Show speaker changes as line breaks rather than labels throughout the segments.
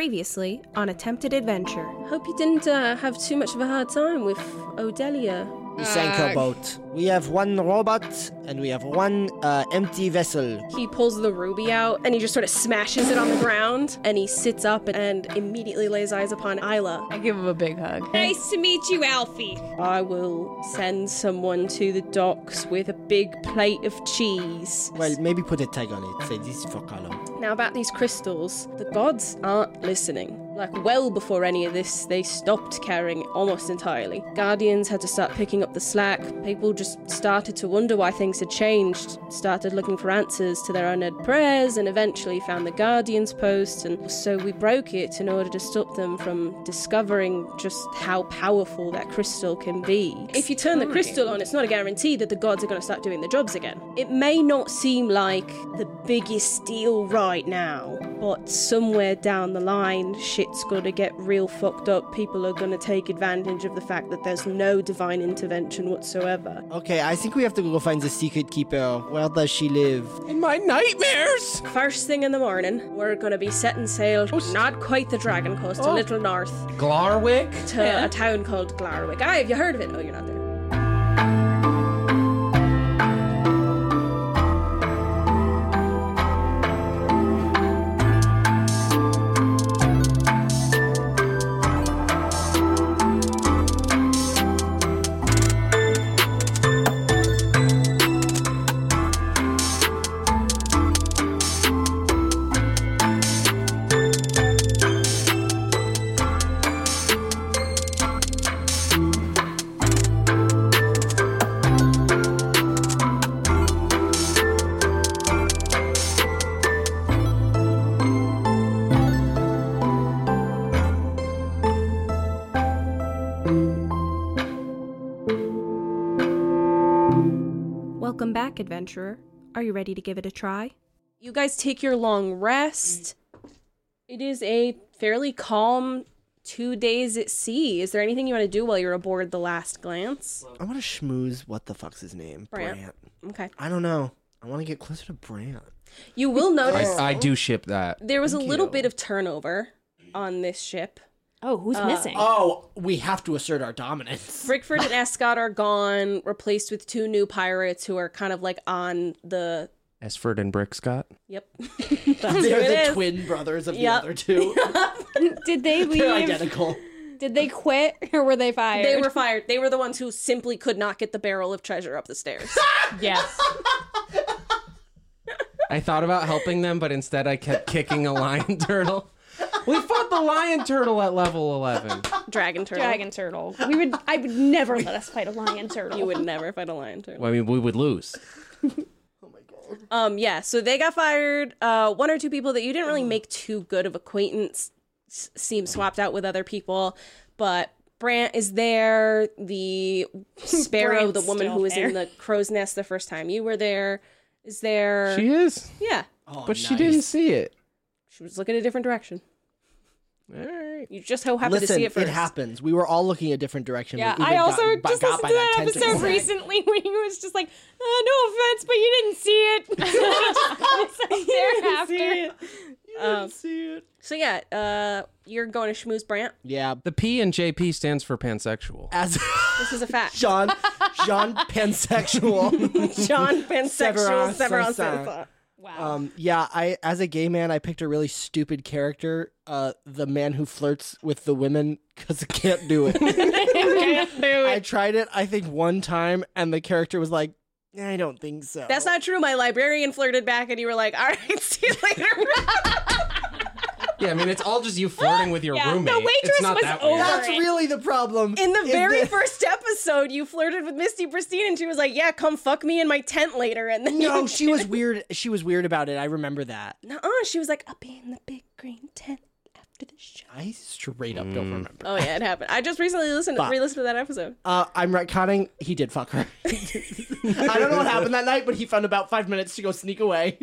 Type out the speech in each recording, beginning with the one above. Previously on Attempted Adventure.
Hope you didn't uh, have too much of a hard time with Odelia.
We sank our boat. We have one robot and we have one uh, empty vessel.
He pulls the ruby out and he just sort of smashes it on the ground and he sits up and immediately lays eyes upon Isla.
I give him a big hug.
Nice to meet you, Alfie.
I will send someone to the docks with a big plate of cheese.
Well, maybe put a tag on it. Say this is for Carlo.
Now, about these crystals, the gods aren't listening. Like, well before any of this, they stopped caring almost entirely. Guardians had to start picking up the slack. People just started to wonder why things had changed, started looking for answers to their unheard prayers, and eventually found the Guardians post. And so we broke it in order to stop them from discovering just how powerful that crystal can be. If you turn the crystal on, Oh, it's not a guarantee that the gods are going to start doing their jobs again. It may not seem like the biggest deal right now, but somewhere down the line, shit's gonna get real fucked up. People are gonna take advantage of the fact that there's no divine intervention whatsoever.
Okay, I think we have to go find the secret keeper. Where does she live?
In my nightmares!
First thing in the morning, we're gonna be setting sail, not quite the Dragon Coast, a little north,
Glarwick?
to a town called Glarwick. Ah, have you heard of it? Oh, you're not there.
Welcome back, adventurer. Are you ready to give it a try?
You guys take your long rest. It is a fairly calm two days at sea. Is there anything you want to do while you're aboard the last glance?
I want to schmooze. What the fuck's his name?
Brant. Okay.
I don't know. I want to get closer to Brant.
You will notice
I, I do ship that.
there was a little bit of turnover on this ship.
Oh, who's missing?
Oh, we have to assert our dominance.
Brickford and Ascot are gone, replaced with two new pirates who are kind of like on the.
Esford and Brickscott.
Yep. That's who
They're
it
the
is.
twin brothers of
Yep.
the other two.
Did they
They're
leave?
identical.
Did they quit or were they fired?
They were fired. They were the ones who simply could not get the barrel of treasure up the stairs.
Yes.
I thought about helping them, but instead I kept kicking a lion turtle. We fought the lion turtle at level 11.
Dragon turtle.
Dragon turtle. We would. I would never let us fight a lion turtle.
You would never fight a lion turtle.
Well, I mean, we would lose.
Um, yeah, so they got fired. Uh, one or two people that you didn't really make too good of acquaintance s- seem swapped out with other people, but Brant is there. The Sparrow, the
Brant's
woman
still
who was in
there.
the crow's nest the first time you were there, is there.
She is,
yeah,
Oh,
but she
nice.
didn't see it.
she was looking a different direction.
All right.
You just so happened
Listen,
to see it first.
happens. We were all looking a different direction.
Yeah,
We even
I also
got-
just
got
listened
by
to that
tentacle.
episode recently where he was just like, uh, "No offense, but you didn't see it." It's like thereafter.
So, yeah, uh, you're going to schmooze Brant.
Yeah,
The P and JP stands for pansexual.
as
This is a fact.
John, John pansexual.
John Pansexual
Severance
Severance
Sansa.
Sansa.
Wow.
um, yeah, I as a gay man, I picked a really stupid character, uh, the man who flirts with the women because I can't do it. I tried it, I think one time, and the character was like, "I don't think so."
That's not true. My librarian flirted back, and you were like, all right, see you later.
Yeah, I mean, it's all just you flirting with your
Yeah, the
roommate.
waitress
it's not
was
that
over
weird.
That's really the problem.
In the
is
very
that-
first episode, you flirted with Misty Pristine, and she was like, "Yeah, come fuck me in my tent later." And then
No, she was weird. She was weird about it. I remember that.
no, she was like, "I'll be in the big green tent after the show."
I straight up don't remember.
Oh yeah, it happened. I just recently listened,
Fuck.
re-listened to that episode.
Uh, I'm retconning. He did fuck her. I don't know what happened that night, but he found about five minutes to go sneak away.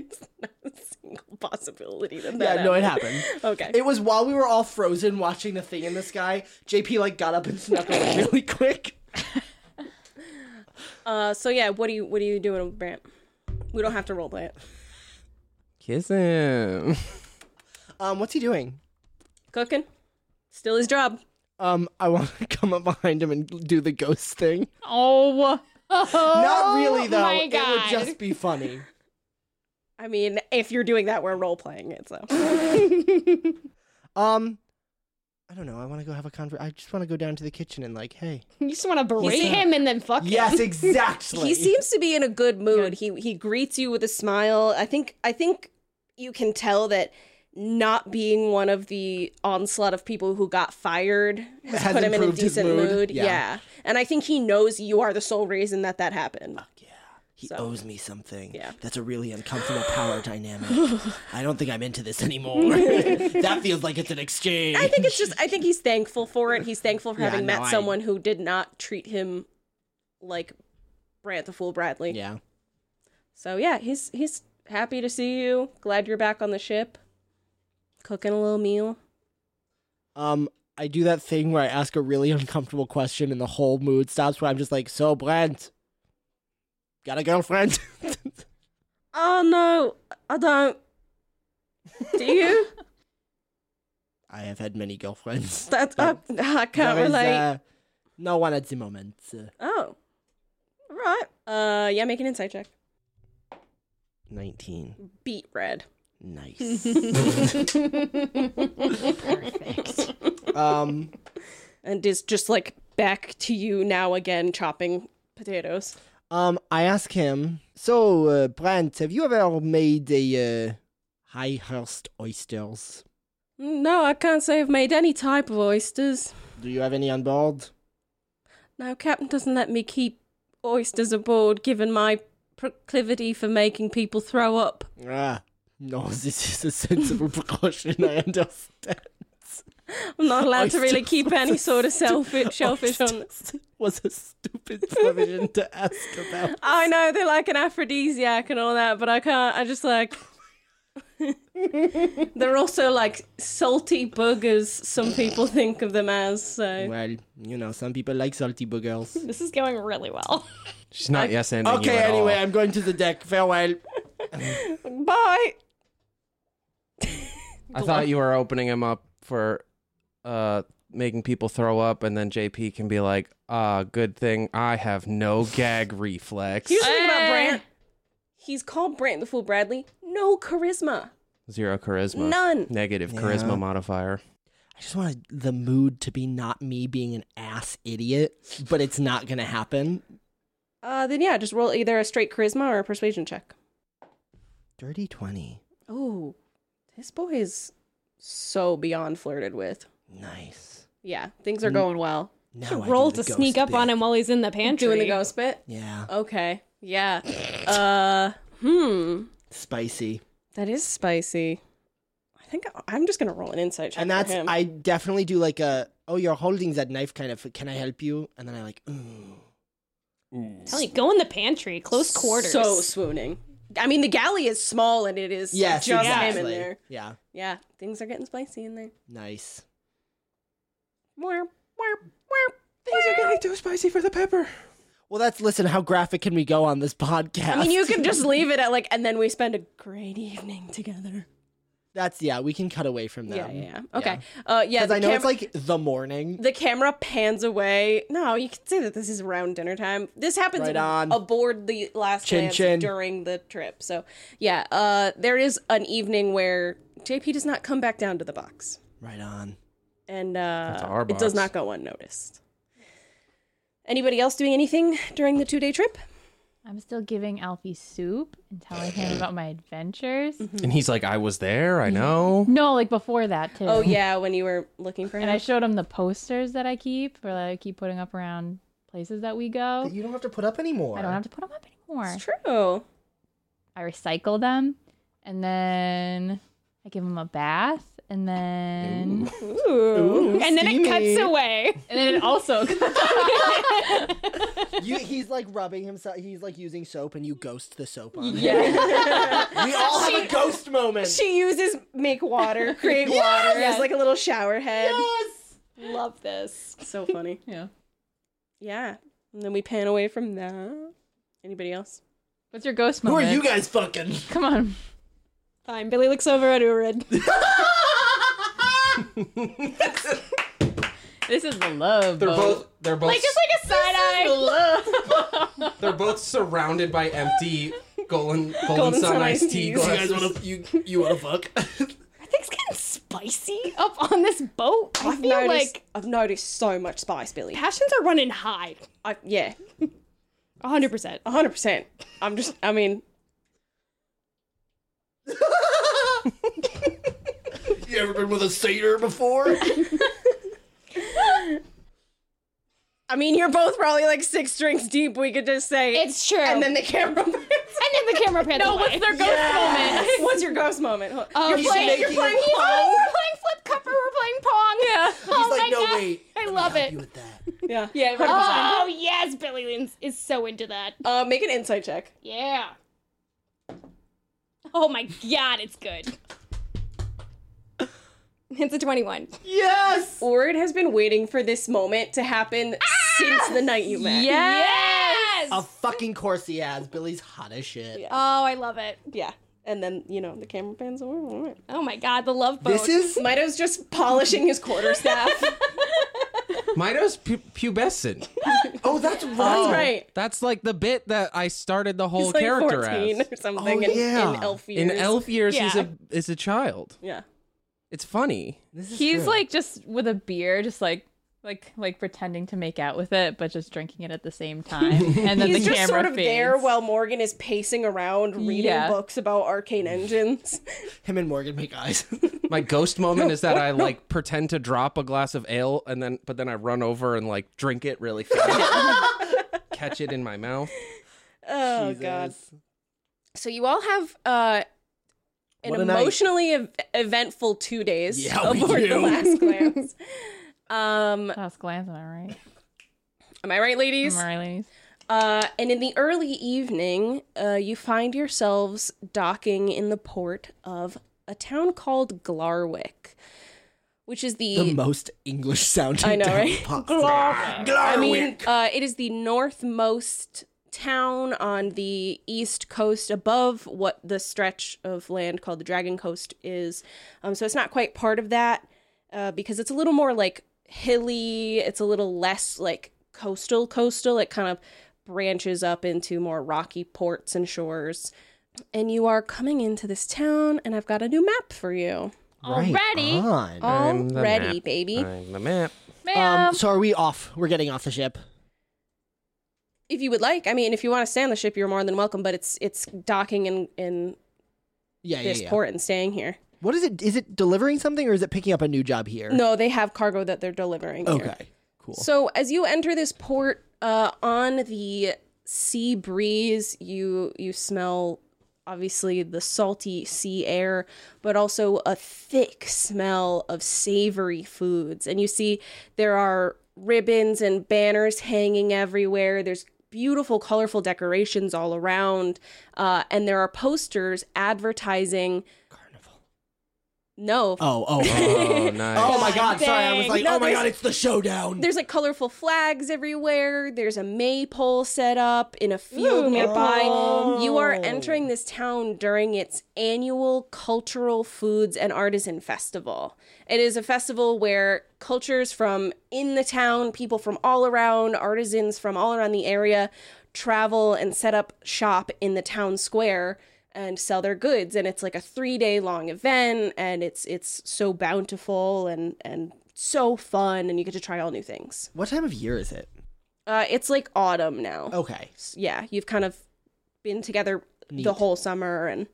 Single possibility that that
Yeah, no, it
happened.
happened.
Okay.
It was while we were all frozen watching the thing in the sky. JP like got up and snuck away really quick.
Uh, so yeah, what do you what are you doing with Brant? We don't have to roleplay it.
Kiss him.
Um, what's he doing?
Cooking. Still his job.
Um, I want to come up behind him and do the ghost thing.
Oh.
Oh
Not really though.
my
It would
God.
just be funny.
I mean, if you're doing that, we're role playing it, so.
Um, I don't know. I want to go have a conver. I just want to go down to the kitchen and like, hey.
You just want to berate him and then fuck him.
Yes, exactly.
He seems to be in a good mood. He he greets you with a smile. I think I think you can tell that not being one of the onslaught of people who got fired has,
Has
put him in a
improved his
decent mood.
mood.
Yeah.
Yeah.
and I think he knows you are the sole reason that that happened.
He
So-
owes me something.
Yeah.
That's a really uncomfortable power dynamic. I don't think I'm into this anymore. that feels like it's an exchange.
I think it's just I think he's thankful for it. He's thankful for
Yeah,
having
no,
met
I-
someone who did not treat him like Brant the Fool Bradley.
yeah.
So yeah, he's he's happy to see you. Glad you're back on the ship. Cooking a little meal.
Um, I do that thing where I ask a really uncomfortable question and the whole mood stops. Where I'm just like, so Brent, got a girlfriend?
Oh no, I don't. Do you?
I have had many girlfriends.
That I, I can't
There is,
relate.
uh, no one at the moment. Uh,
Oh, All right. Uh, yeah, make an insight check.
Nineteen.
Beat red.
Nice. Perfect. Um.
and is just like back to you now again, chopping potatoes.
Um, I ask him, so, uh, Brent, have you ever made a, uh, high hearst oysters?
No, I can't say I've made any type of oysters.
Do you have any on board?
No, Captain doesn't let me keep oysters aboard, given my proclivity for making people throw up.
Ah, no, this is a sensible precaution, I understand.
I'm not allowed to really
Oysters
keep
was
any
a
sort of selfish, shellfish on.
Oysters was a stupid provision to ask about.
I know they're like an aphrodisiac and all that, but I can't. I just like. they're also like salty boogers. Some people think of them as. So
Well, you know, some people like salty boogers.
This is going really well.
She's not yes ending
Okay, anyway, I'm going to the deck. Farewell.
bye.
I thought you were opening him up for uh making people throw up and then JP can be like, "Ah, good thing I have no gag reflex."
Here's the thing about
Eh.
Brant. He's called Brant the Fool Bradley. No charisma.
Zero charisma.
None.
Negative
Yeah.
charisma modifier.
I just wanted the mood to be not me being an ass idiot, but it's not going to happen.
Uh, then yeah, just roll either a straight charisma or a persuasion check.
Dirty 20.
Oh, this boy is so beyond flirted with. Mm.
Nice.
Yeah, things are going well.
Now I do
Roll
the
to sneak
ghost
up on
bit.
him while he's in the pantry.
Doing the ghost bit.
Yeah,
Okay. Yeah. uh. Hmm.
spicy.
That is spicy. I think I- I'm just gonna roll an insight check.
And
for
that's
him.
I definitely do like a oh you're holding that knife kind of can I help you? And then I like mm. ooh.
Tell you, go in the pantry, close quarters.
So swooning. I mean, the galley is small and it is
Yes,
just
exactly.
him in there.
Yeah,
Yeah, things are getting spicy in there.
nice.
Warp, warp, warp.
These are getting too spicy for the pepper.
Well, that's listen. How graphic can we go on this podcast?
I mean, you can just leave it at like, and then we spend a great evening together.
That's yeah. We can cut away from that.
Yeah, yeah, yeah. Okay. Uh, yeah.
Because
the
I know it's
camera-
like the morning.
the camera pans away. No, you can say that this is around dinner time. This happens
Right on.
aboard the last
Chin
Lance
chin.
during the trip. So yeah, uh, there is an evening where JP does not come back down to the box,
Right on.
and uh,
That's our
it does
box.
not go unnoticed. Anybody else doing anything during the two-day trip?
I'm still giving Alfie soup and telling him about my adventures.
And he's like, "I was there. I know."
No, like before that
Hmm.
too.
Oh yeah, when you were looking for him.
And I showed him the posters that I keep, or that I keep putting up around places that we go.
You don't have to put up anymore.
Oh. I don't have to put them up anymore.
it's true.
I recycle them, and then I give him a bath, and then
Ooh.
and then it cuts away.
and then it also.
You, he's like rubbing himself. He's like using soap, and you ghost the soap on. him.
Yeah.
We all have a ghost moment.
she uses make water, create water as like a little shower head.
Love this.
So funny.
yeah.
Yeah. And then we pan away from that. Anybody else?
What's your ghost
Who are
moment?
you guys fucking?
Come on.
Fine. Billy looks over at Urid.
This is the love.
They're
boat.
both they're both
Like just like a side eye.
love.
they're both surrounded by empty golden golden, sun
Sun
iced
iced
tea
teas.
glasses.
you you want to fuck?
Things getting spicy up on this boat. I feel
noticed,
like
I've noticed so much spice, Billy.
passions are running high.
I, yeah,
hundred percent.
hundred percent. I'm just. I mean,
you ever been with a satyr before?
I mean, you're both probably like six drinks deep. We could just say
It's true.
and then the camera.
and then the camera pans. No, what's their
What's your ghost moment? Huh.
You're
playing- you're playing
pong. We're playing flip cupper. We're playing pong. Yeah. Oh
like,
my
"No,
god.
wait.
I love it.
with that.
Yeah, Um, yeah.
Oh yes, Billy Lynn is so into that.
Uh, make an insight check.
Yeah. Oh my god, it's good. It's a twenty-one.
Yes.
Ord has been waiting for this moment to happen since the night you met.
Yes.
A fucking course he has. Billy's hot as shit.
Oh, I love it.
Yeah. And then, you know, the camera pans over. All right.
Oh my god, the love boat.
This is
Mido's just polishing his quarterstaff.
Mido's pu- pubescent.
oh that's
That's
right.
right.
That's like the bit that I started the whole
He's like
character
14
as.
or something
Oh,
in- in,
yeah.
elf years.
In elf years, he's
Yeah.
a is a child.
Yeah.
It's funny.
This is
He's
true.
like just with a beer, just like like like pretending to make out with it, but just drinking it at the same time. And then
He's
the
just
camera
sort of
fades.
there while Morgan is pacing around reading
Yeah.
books about arcane engines.
him and Morgan make eyes.
My ghost moment is that I like pretend to drop a glass of ale and then but then I run over and like drink it really fast. Catch it in my mouth.
Oh, God.
Jesus.
So you all have uh, an
What a night.
emotionally ev- eventful two days
Yeah, we
aboard the
do.
last glance. um,
Last glance, am I right?
am I right, ladies?
Am I right, ladies?
Uh, and in the early evening, uh, you find yourselves docking in the port of a town called Glarwick, which is the.
The most English sounding.
I know,
damn
right?
possible.
I mean, uh, it is the northmost town on the east coast above what the stretch of land called the Dragon Coast is. Um, so it's not quite part of that uh, because it's a little more like hilly. It's a little less like coastal coastal. It kind of branches up into more rocky ports and shores. And you are coming into this town, and I've got a new map for you.
Right
Already?
on.
I'm the
Already,
map.
baby.
I'm the map.
Ma'am.
Um, so are we off? We're getting off the ship.
if you would like i mean if you want to stay on the ship you're more than welcome but it's it's docking in in
Yeah, yeah,
this
yeah.
port and staying here
What is it? Is it delivering something or is it picking up a new job here?
no they have cargo that they're delivering here.
Okay. Cool.
so as you enter this port uh on the sea breeze you you smell obviously the salty sea air but also a thick smell of savory foods and you see there are ribbons and banners hanging everywhere there's beautiful colorful decorations all around uh, and there are posters advertising
Carnival.
no
Oh, oh. Oh,
Oh, nice.
oh my god, sorry. I was
Dang.
like,
No,
oh my
there's-
god, it's the showdown.
Oh, There's like colorful flags everywhere. There's a maypole set up in a field
Ooh,
nearby.
maypole.
You are entering this town during its annual cultural foods and artisan festival. It is a festival where cultures from in the town, people from all around, artisans from all around the area travel and set up shop in the town square and sell their goods and it's like a 3-day long event and it's it's so bountiful and and so fun and you get to try all new things.
What time of year is it?
Uh, it's like autumn now.
Okay.
S- Yeah, you've kind of been together the whole summer and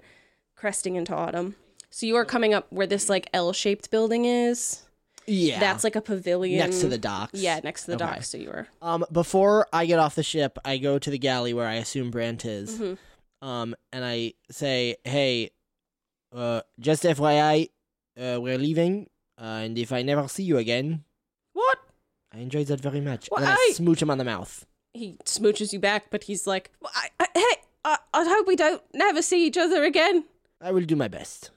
cresting into autumn. So you are coming up where this like L-shaped building is.
Yeah.
That's like a pavilion
next to the docks.
Yeah, next to the
Okay.
docks. So you are.
Um, before I get off the ship, I go to the galley where I assume Brant is.
Mm-hmm.
Um, and I say, "Hey, uh, just FYI, uh, we're leaving, uh, and if I never see you again,
What?
I enjoyed that very much."
Well,
and then I
I-
smooch him on the mouth.
He smooches you back, but he's like, "Well, I, I, "Hey, I, I hope we don't never see each other again.
I will do my best.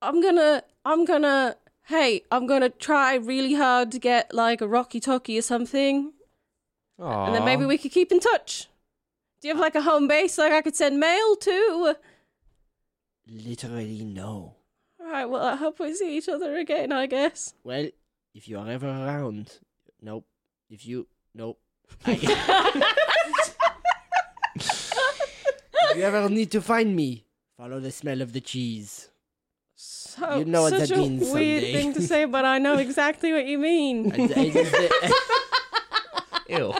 I'm gonna, I'm gonna, hey, I'm gonna try really hard to get like a rocky talkie or something, and then maybe
Aw.
we could keep in touch. Do you have like a home base like I could send mail to?
Literally, no.
All All right, well, I hope we see each other again, I guess.
Well, if you are ever around, nope. If you, nope. If you ever need to find me, follow the smell of the cheese.
So,
You know what
such
that
a
means
weird
someday.
thing to say, but I know exactly what you mean.
I, I just-
Ew.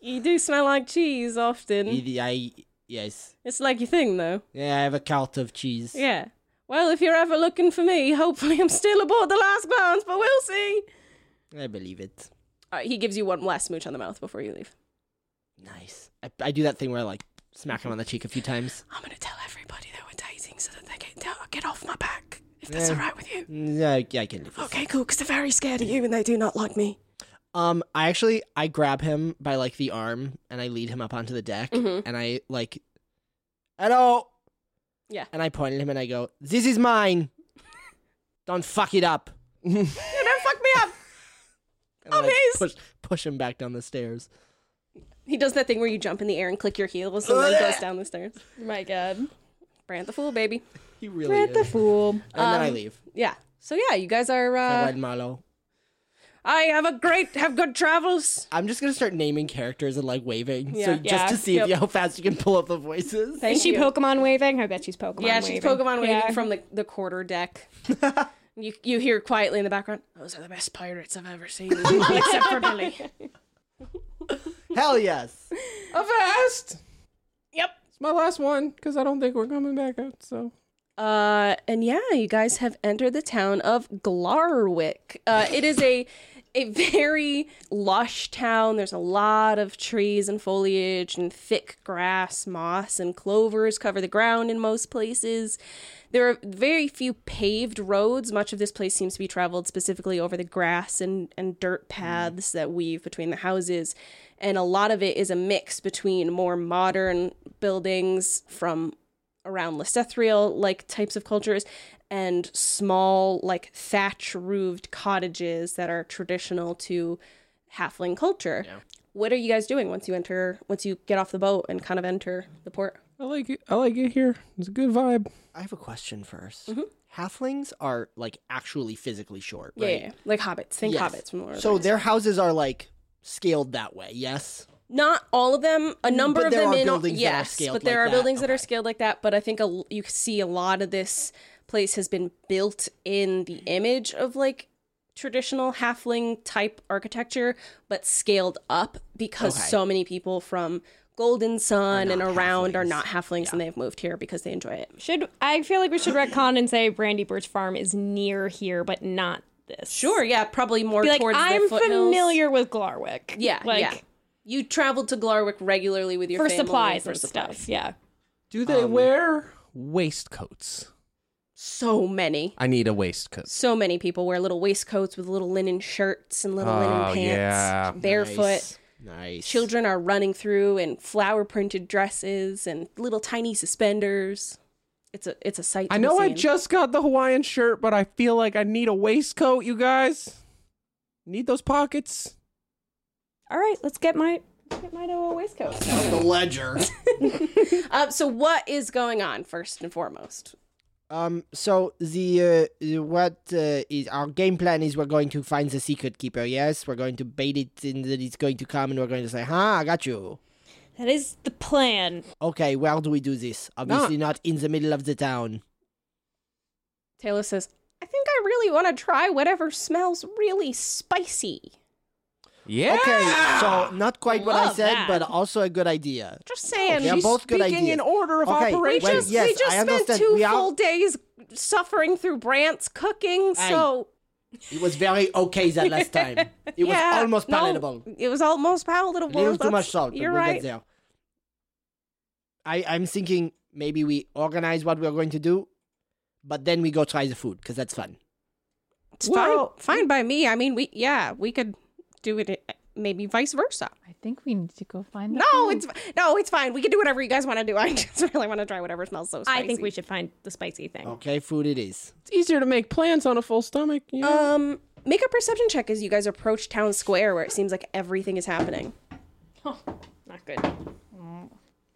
You do smell like cheese often.
E I, yes.
It's like your thing, though.
Yeah, I have a cult of cheese.
Yeah. Well, if you're ever looking for me, hopefully I'm still aboard the last glance, but we'll see.
I believe it.
All right, he gives you one last smooch on the mouth before you leave.
Nice. I, I do that thing where I like smack him on the cheek a few times.
I'm gonna tell everybody that we're dating so that they get get off my back. If that's
Yeah.
all right with you.
Yeah, yeah, I can live. with it.
Okay, cool. Because they're very scared of you and they do not like me.
Um, I actually I grab him by like the arm and I lead him up onto the deck
Mm-hmm.
and I like, hello.
Yeah.
And I point at him and I go, "This is mine. Don't fuck it up."
You don't fuck me up.
And I,
I'm
like,
his.
push push him back down the stairs.
He does that thing where you jump in the air and click your heels and then goes down the stairs.
My God.
Brant the fool, baby.
He really is. and
Fool.
then I leave.
Yeah. So yeah, you guys are.
I
Um, Uh,
read Marlowe.
I have a great, have good travels.
I'm just gonna start naming characters and like waving, so
Yeah.
just
Yeah.
to see if, how fast you can pull up the voices.
um, Thank
Is she
you.
Pokemon waving? I bet she's Pokemon
Yeah,
waving.
she's Pokemon waving
Yeah.
from the, the quarter deck. you you hear quietly in the background, those are the best pirates I've ever seen. Except for Billy.
Hell yes.
Avast!
Yep.
It's my last one because I don't think we're coming back out. So
Uh, and yeah, you guys have entered the town of Glarwick. Uh, it is a a very lush town. There's a lot of trees and foliage and thick grass, moss, and clovers cover the ground in most places. There are very few paved roads. Much of this place seems to be traveled specifically over the grass and, and dirt paths that weave between the houses. And a lot of it is a mix between more modern buildings from around Lysethriel like types of cultures and small like thatch roofed cottages that are traditional to halfling culture. What are you guys doing once you enter once you get off the boat and kind of enter the port?
I like it. I like it here. It's a good vibe.
I have a question 1st
Mm-hmm.
Halflings are like actually physically short,
Yeah,
right?
yeah, yeah. like hobbits. Think
Yes.
hobbits from Lord of the
So
Rings.
their houses are like scaled that way. Yes.
Not all of them. A number
Mm, but
of
there
them
are
in
buildings that are
yes,
scaled
but there
like
are
that.
buildings that are
Okay.
scaled like that. But I think a l you can see a lot of this place has been built in the image of like traditional halfling type architecture, but scaled up because
Okay.
so many people from Golden Sun
Are
and
not
around are
halflings.
not halflings, and they've moved here because they enjoy it.
Should I feel like we should retcon and say Brandy Birch Farm is near here, but not this.
Sure, yeah, probably more
Be like
towards
I'm
the foothills.
familiar with Glarwick.
Yeah,
like
yeah. You traveled to Glarwick regularly with your
for
family
supplies
for
and
supplies.
stuff. Yeah.
Do they
Um,
Um,
wear waistcoats?
So many.
I need a waistcoat.
so many people wear little waistcoats with little linen shirts and little linen
Oh,
pants
yeah.
barefoot
Nice. Nice.
children are running through in flower printed dresses and little tiny suspenders it's a it's a sight to
I
be
know I
seen.
just got the Hawaiian shirt, but I feel like I need a waistcoat, you guys. Need those pockets.
All right, let's get my get my Noah waistcoat.
The ledger.
uh, so what is going on first and foremost
um. So the uh, what uh, is our game plan is we're going to find the secret keeper. Yes, we're going to bait it, and then it's going to come, and we're going to say, "Ha, I got you."
That is the plan.
Okay, where do we do this? Obviously, not in the middle of the town.
taylor says i think i really want to try whatever smells really spicy
Yeah.
Okay, so not quite what I
Love
said,
that.
but also a good idea.
just saying
They're
She's
both good
speaking
ideas.
in order of
Okay,
we
operations.
wait,
just,
yes,
we just
I
spent
understand.
two
We are-
full days suffering through brant's cooking
Hey.
so
It was very okay that last time. It was almost
no,
palatable.
it was almost palatable.
A little too
That's-
much salt, but
You're
we'll
right.
get there. I, I'm thinking maybe we organize what we're going to do, but then we go try the food because that's fun.
It's
Well-
fine, fine by me. I mean, we yeah, we could do it. uh, Maybe vice versa.
I think we need to go find. the
No,
fool.
it's no, it's fine. We can do whatever you guys want to do. I just really want to try whatever smells so spicy.
I think we should find the spicy thing.
Okay, food it is.
It's easier to make plans on a full stomach. You know?
Um, make a perception check as you guys approach Oh. town square, where it seems like everything is happening.
Not good.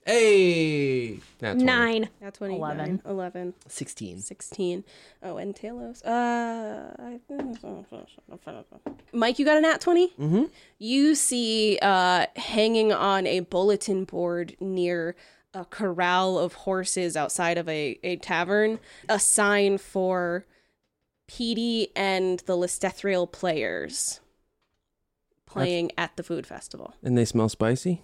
Hey, Nat 20.
Nine.
That's when
Eleven.
11.
16.
16. Oh, and Talos. Uh, I- Mike, you got an at 20? Mm-hmm. You see uh, hanging on a bulletin board near a corral of horses outside of a, a tavern a sign for Petey and the Listethriel players playing at the food festival.
And they smell spicy?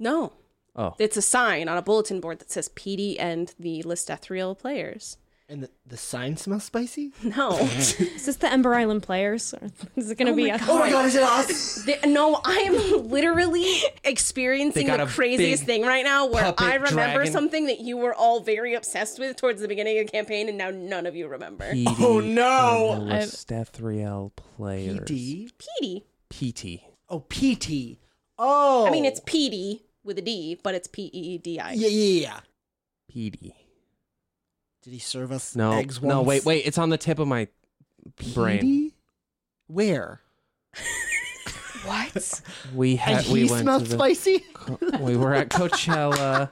No.
Oh.
It's a sign on a bulletin board that says Petey and the Listethriel players.
And the, the sign smells spicy?
No.
Is this the Ember Island Players? Or is it going to be a.
Oh my god, is it us?
They- no, I am literally experiencing
They got
the
a
craziest thing
big
right now where
puppet
I remember
dragon.
something that you were all very obsessed with towards the beginning of the campaign and now none of you remember.
Oh no!
I-
Lestethriel players.
PD?
Petey.
PT.
Oh, PT. Oh.
I mean, it's Petey with a D, but it's P E E D I.
Yeah, yeah, yeah.
PD.
Did he serve us
No,
eggs once?
no, wait, wait. It's on the tip of my
PD?
brain.
Where?
What?
We
And
had
he
we went
smells
to the,
spicy?
we were at Coachella.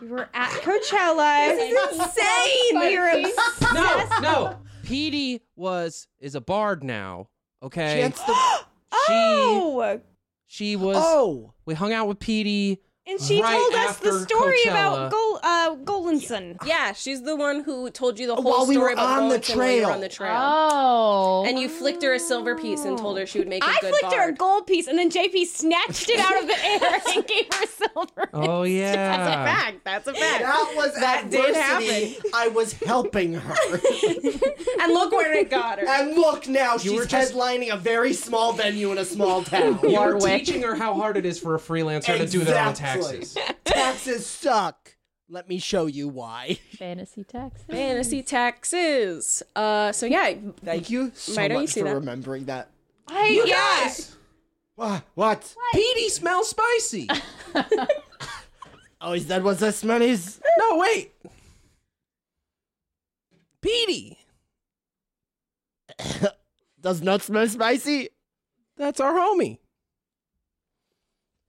We were at Coachella.
Insane! You're obs-
no, no. PD was is a bard now. Okay.
Chance the-
She
Oh,
she was
oh.
we hung out with PD.
and she
Right
told us the
after
story
Coachella.
about Gol- uh, Golinson.
yeah, she's the one who told you the whole
While we
story
were
about
on the
Roland when we were
trail.
on the trail.
Oh.
And you flicked her a silver piece and told her she would make a
I
good
flicked her a
bard.
gold piece, and then JP snatched it out of the air and gave her silver.
Oh yeah.
Fact, that's a fact.
That was that
did
adversity. I was helping her.
And look where it got her.
and look now,
You
she's
were just-
headlining a very small venue in a small town.
You were teaching her how hard it is for a freelancer to do their own
Exactly.
taxes.
Taxes suck. Let me show you why.
Fantasy text.
Fantasy taxes. Uh, so yeah,
Thank you so
Might I
much
see
for
that?
remembering that.
You guys,
What? What?
PD smells spicy.
Oh, is that what this man is?
No, wait. Petey.
Does not smell spicy?
That's our homie.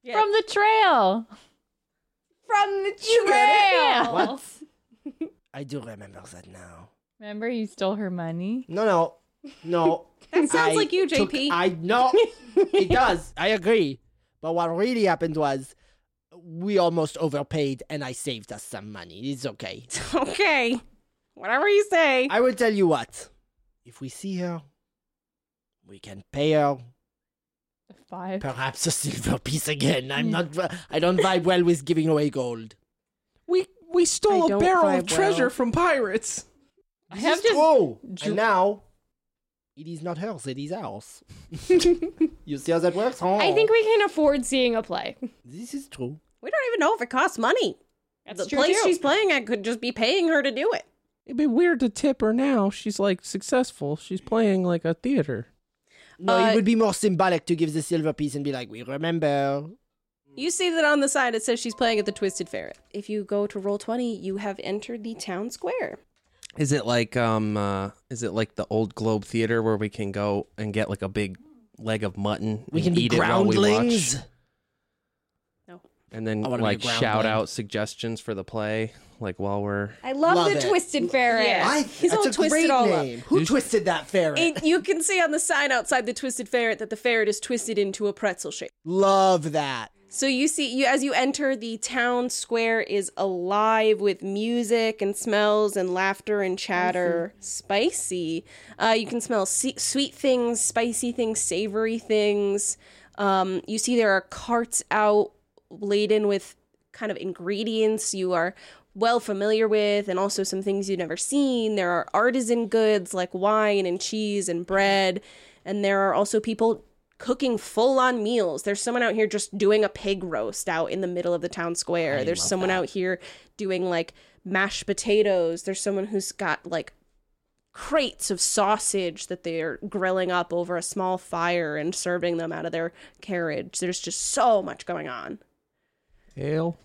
From the trail.
From the
Yeah.
What? I do remember that now.
Remember, you stole her money.
No, no, no. that
sounds like you, JP.
I know it does. I agree. But what really happened was we almost overpaid, and I saved us some money. It's okay.
okay. Whatever you say.
I will tell you what. If we see her, we can pay her
Five.
perhaps a silver piece again. I'm not. I don't vibe well with giving away gold.
We we
I
stole a
don't
barrel
vibe
of treasure
well.
from pirates.
I have just.
Oh, and now it is not hers. It is ours. you see how that works? Huh?
Oh.
I think we can afford seeing a play.
this is true.
We don't even know if it costs money.
That's
the
true,
place
too.
she's playing at could just be paying her to do it.
It'd be weird to tip her now. She's like successful. She's playing like a theater.
No,
Uh,
it would be more symbolic to give the silver piece and be like, "We remember."
You see that on the side it says she's playing at the Twisted Ferret. If you go to roll 20, you have entered the town square.
Is it like um uh is it like the old Globe Theater where we can go and get like a big leg of mutton?
We
and
can be
eat it while we watch?
groundlings.
and then
I wanna be a
like shout
groundling.
out suggestions for the play like while we're
I love,
Love
the
it.
twisted ferret.
Yeah.
I,
He's
that's
all
a
twisted
great
all up.
name. Who twisted that ferret?
And you can see on the sign outside the Twisted Ferret that the ferret is twisted into a pretzel shape.
Love that.
So you see, you as you enter, the town square is alive with music and smells and laughter and chatter. Spicy. Uh, you can smell se- sweet things, spicy things, savory things. Um, you see, there are carts out laden with kind of ingredients you are well familiar with and also some things you've never seen. There are artisan goods like wine and cheese and bread, and there are also people cooking full on meals. There's someone out here just doing a pig roast out in the middle of the town square. There's someone out here doing like mashed potatoes. There's someone who's got like crates of sausage that they're grilling up over a small fire and serving them out of their carriage. There's just so much going on.
Ale.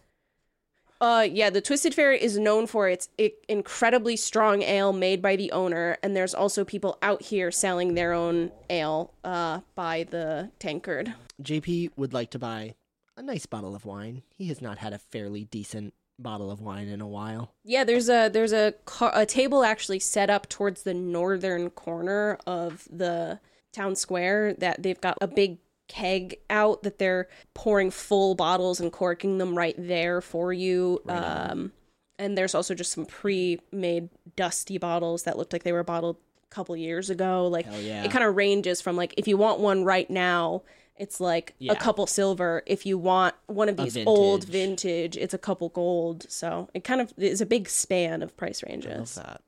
Uh, yeah, the Twisted Fairy is known for its i incredibly strong ale made by the owner, and there's also people out here selling their own ale uh, by the tankard.
JP would like to buy a nice bottle of wine. He has not had a fairly decent bottle of wine in a while.
Yeah, there's a there's a car, a table actually set up towards the northern corner of the town square that they've got a big keg out that they're pouring full bottles and corking them right there for you. um, and there's also just some pre-made dusty bottles that looked like they were bottled a couple years ago. Like
Hell yeah.
it kind of ranges from like if you want one right now, it's like
Yeah.
a couple silver. If you want one of
A
these old
vintage.
vintage vintage, it's a couple gold, so it kind of is a big span of price ranges.
that.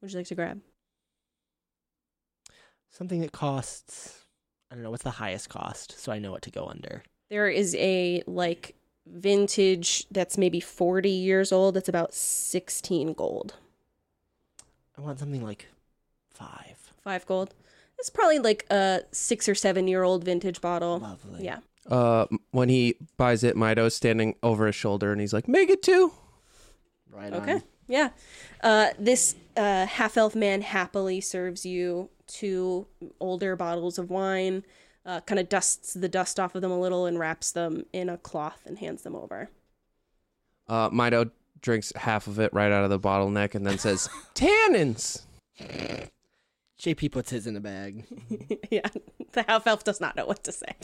Would you like to grab?
Something that costs I don't know what's the highest cost, so I know what to go under.
There is a like vintage that's maybe 40 years old that's about 16 gold.
I want something like five.
5 gold. It's probably like a 6 or 7 year old vintage bottle.
Lovely.
Yeah.
Uh, m- when he buys it, Mido's standing over his shoulder, and he's like, "Make it two.
Right
Okay.
on.
Yeah. Uh, this uh, half elf man happily serves you two older bottles of wine, uh, kind of dusts the dust off of them a little and wraps them in a cloth and hands them over.
Uh, Mido drinks half of it right out of the bottleneck, and then says, "Tannins."
JP puts his in a bag.
yeah. The half elf does not know what to say.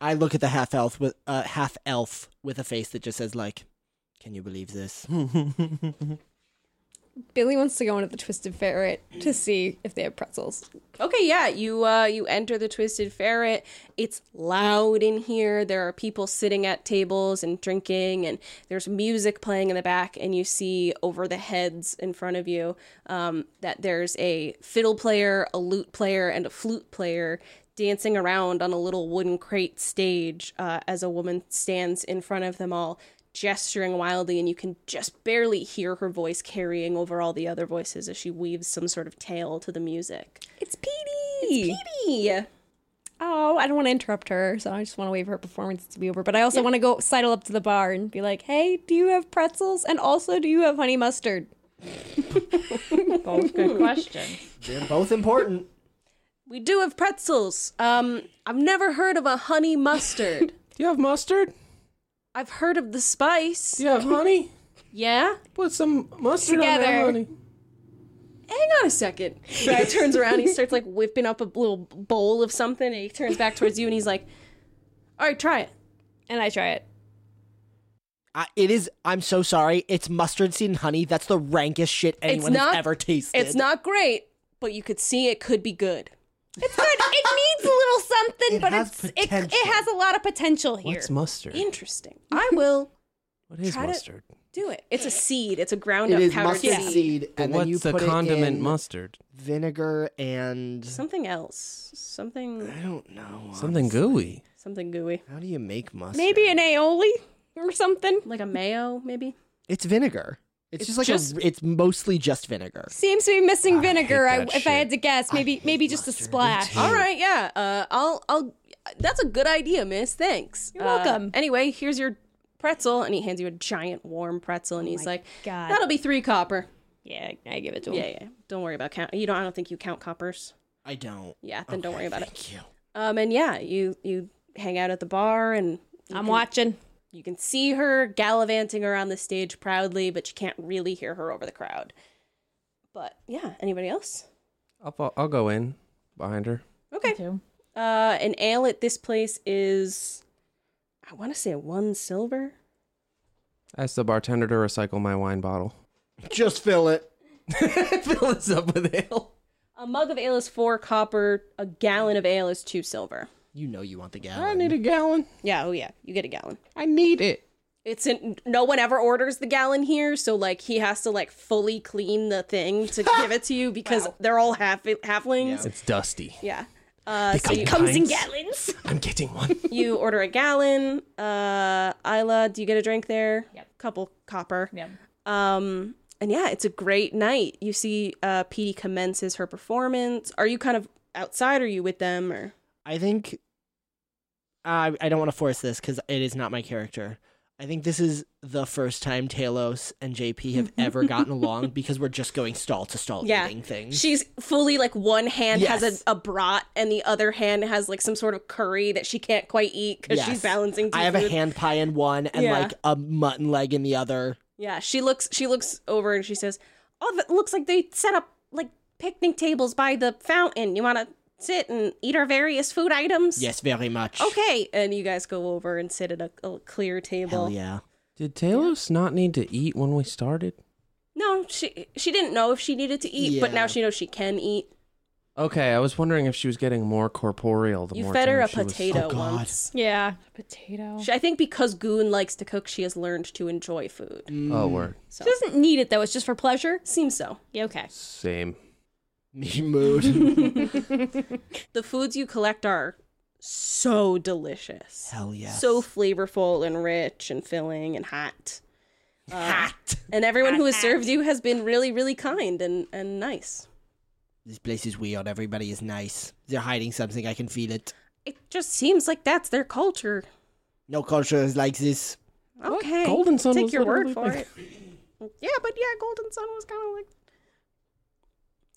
I look at the half elf with uh, half elf with a face that just says like, "Can you believe this?"
Billy wants to go into the Twisted Ferret to see if they have pretzels.
Okay, yeah, you uh you enter the Twisted Ferret. It's loud in here. There are people sitting at tables and drinking and there's music playing in the back and you see over the heads in front of you um that there's a fiddle player, a lute player and a flute player dancing around on a little wooden crate stage uh, as a woman stands in front of them all gesturing wildly and you can just barely hear her voice carrying over all the other voices as she weaves some sort of tale to the music.
It's Petey.
Yeah.
Oh, I don't want to interrupt her, so I just want to wait for her performance to be over. But I also want to go sidle up to the bar and be like, "Hey, do you have pretzels? And also, do you have honey mustard?"
Both good questions.
They're both important.
We do have pretzels. Um, I've never heard of a honey mustard.
Do you have mustard?
I've heard of the spice.
Do you have honey?
Yeah?
Put some mustard on that
Together.
honey.
Hang on a second. Guy turns around, he starts like whipping up a little bowl of something, and he turns back towards you and he's like, All right, try it.
And I try it.
I, it is. I'm so sorry. It's mustard seed and honey. That's the rankest shit anyone
not-
has ever tasted.
It's not great, but you could see it could be good.
It's good. it needs a little something,
It
but
has
it's it,
potential.
it has a lot of potential here.
What's mustard?
Interesting. I will
What is
try to-
mustard?
do it. It's a seed, it's a ground
It
up
is
powdered
mustard
seed.
seed,
But
and
what's
then you
the
put it
condiment
in
mustard?
vinegar and
Something else. Something
I don't know
Something
honestly.
gooey.
something gooey.
How do you make mustard?
Maybe an aioli or something.
Like a mayo, maybe?
it's vinegar. It's, just like
just-
a, it's mostly just vinegar.
Seems to be missing
I
vinegar.
hate
I,
that
if I
shit.
had to guess, maybe maybe just a splash.
All right, yeah. Uh, I'll, I'll. That's a good idea, Miss. Thanks.
You're
Uh,
welcome.
anyway, here's your pretzel, and he hands you a giant warm pretzel, and he's like,
God. Oh.
"That'll be three copper."
Yeah, I give it to him.
Yeah, yeah. Don't worry about count. You don't. I don't think you count coppers.
I don't.
Yeah, then don't
Okay,
worry about it.
Thank you.
Um, and yeah, you you hang out at the bar, and you
I'm
can-
watching.
You can see her gallivanting around the stage proudly, but you can't really hear her over the crowd. But yeah, anybody else?
I'll, fo- I'll go in behind her.
Okay.
Too.
Uh, an ale at this place is, I want to say one silver.
Ask the bartender to recycle my wine bottle.
Just fill it.
Fill this up with ale.
A mug of ale is four copper. A gallon of ale is two silver.
You know you want the gallon.
I need a gallon.
Yeah, oh yeah, you get a gallon.
I need it.
It's in, no one ever orders the gallon here, so like he has to like fully clean the thing to give it to you because they're all half halflings.
It's dusty.
Yeah. Uh, so
come
you,
comes in
gallons.
I'm getting one.
you order a gallon. Uh, Isla, do you get a drink there?
Yep.
Couple copper.
Yep.
Um, and yeah, it's a great night. You see, uh, Petey commences her performance. Are you kind of outside? Are you with them? Or
I think I I don't want to force this because it is not my character. I think this is the first time Talos and JP have ever gotten along because we're just going stall to stall
Yeah.
eating things.
She's fully like one hand
Yes.
has a, a brat and the other hand has like some sort of curry that she can't quite eat because
Yes.
she's balancing. Two
I have a
foods.
hand pie in one and
Yeah.
like a mutton leg in the other.
Yeah, she looks. She looks over and she says, "Oh, that looks like they set up like picnic tables by the fountain. You want to sit and eat our various food items?"
Yes, very much.
Okay, and you guys go over and sit at a, a clear table.
Hell yeah.
Did Talos not need to eat when we started?
No, she she didn't know if she needed to eat, but
Yeah.
now she knows she can eat.
Okay, I was wondering if she was getting more corporeal. The
you
more
fed her
time
a
she was-
potato
Oh, God.
once.
Yeah. Potato.
She, I think because Goon likes to cook, she has learned to enjoy food.
Mm.
Oh, word.
So
She doesn't need it though. It's just for pleasure.
seems so.
Yeah, okay.
Same.
Me mood.
The foods you collect are so delicious.
Hell yes.
So flavorful and rich and filling and hot. Uh, hot. And everyone who has served you has been really, really kind and, and nice.
this place is weird. Everybody is nice. They're hiding something. I can feel it.
It just seems like that's their culture.
No culture is like this.
Okay.
Golden Sun
Take
was
your word
literally
for
like-
it. Yeah, but yeah, Golden Sun was kind of like.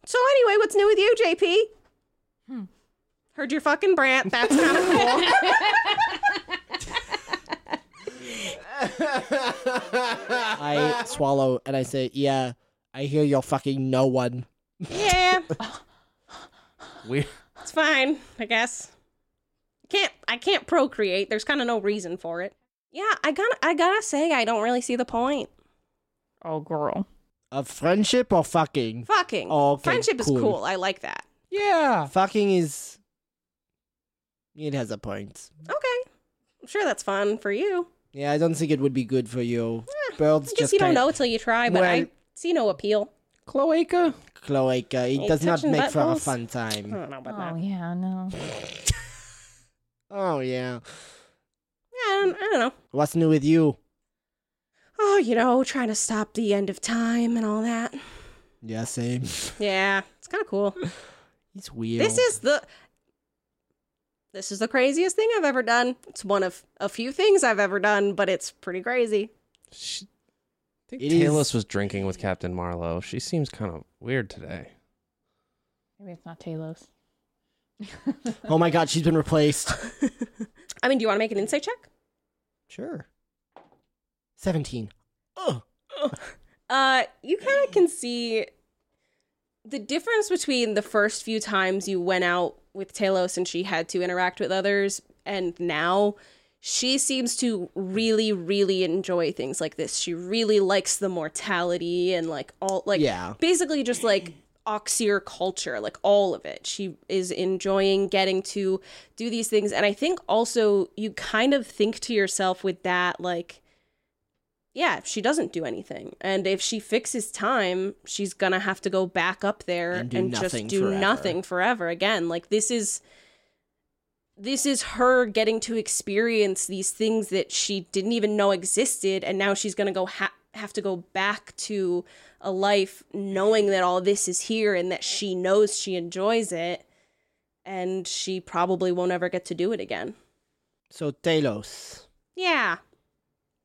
So anyway, what's new with you, JP?
Hmm.
Heard your fucking brant. That's kind of cool.
I swallow and I say, yeah, I hear you're fucking no one.
yeah,
We
it's fine, I guess. Can't I can't procreate. There's kind of no reason for it. Yeah, I gotta I gotta say I don't really see the point.
Oh, girl.
Of friendship or fucking?
Fucking
Oh, okay,
friendship
cool.
is cool. I like that.
Yeah.
Fucking is. It has a point.
Okay, I'm sure that's fun for you.
Yeah, I don't think it would be good for you.
Eh, I
Birds
guess
just
you don't
kinda-
know till you try, but I
Well-
see no appeal.
Cloaca.
Cloaca. It
Ain't
does not
touching
make for a
buttholes.
fun
I
time.
don't know about that.
Oh, yeah, no.
Oh yeah.
Yeah, I don't, I don't know.
What's new with you?
Oh, you know, trying to stop the end of time and all that.
Yeah, same.
Yeah, it's kind of cool.
It's weird.
This is the This is the craziest thing I've ever done. It's one of a few things I've ever done, but it's pretty crazy.
She, I think
It
Talos
is-
was drinking with Captain Marlowe. She seems kind of weird today.
Maybe it's not Talos.
Oh my god, she's been replaced.
I mean, do you want to make an insight check?
sure. Seventeen. Oh.
Uh, you kind of can see the difference between the first few times you went out with Talos and she had to interact with others, and now she seems to really, really enjoy things like this. She really likes the mortality and like all like
Yeah.
basically just like oxir culture like all of it she is enjoying getting to do these things and i think also you kind of think to yourself with that like yeah if she doesn't do anything and if she fixes time she's gonna have to go back up there
And
and,
do
just
nothing
do
forever.
nothing forever again like this is this is her getting to experience these things that she didn't even know existed and now she's going to go ha- have to go back to a life knowing that all this is here and that she knows she enjoys it and she probably won't ever get to do it again
So Talos.
yeah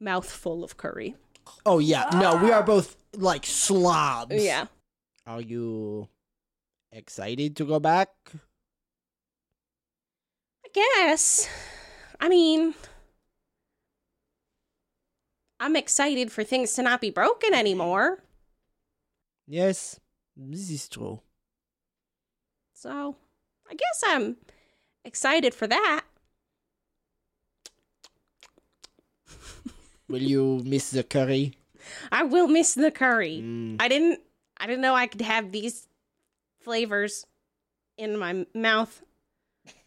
mouthful of curry
Oh yeah. No, we are both like slobs.
yeah
Are you excited to go back?
i guess i mean i'm excited for things to not be broken anymore
Yes. This is true.
So I guess I'm excited for that.
Will you miss the curry?
I will miss the curry.
Mm.
I didn't I didn't know I could have these flavors in my mouth.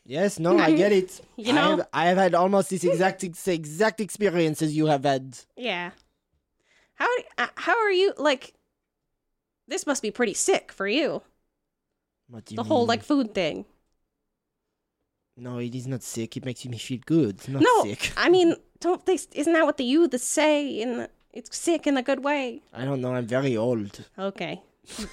Yes, no, I get it.
You know?
I have, I have had almost this exact ex- exact experience as you have had.
Yeah. How uh, how are you like this must be pretty sick for you.
What do you
the whole
mean?
like food thing.
No, it is not sick. It makes me feel good. It's not
no.
sick.
I mean, don't they isn't that what the youths say in the, it's sick in a good way.
I don't know. I'm very old.
Okay.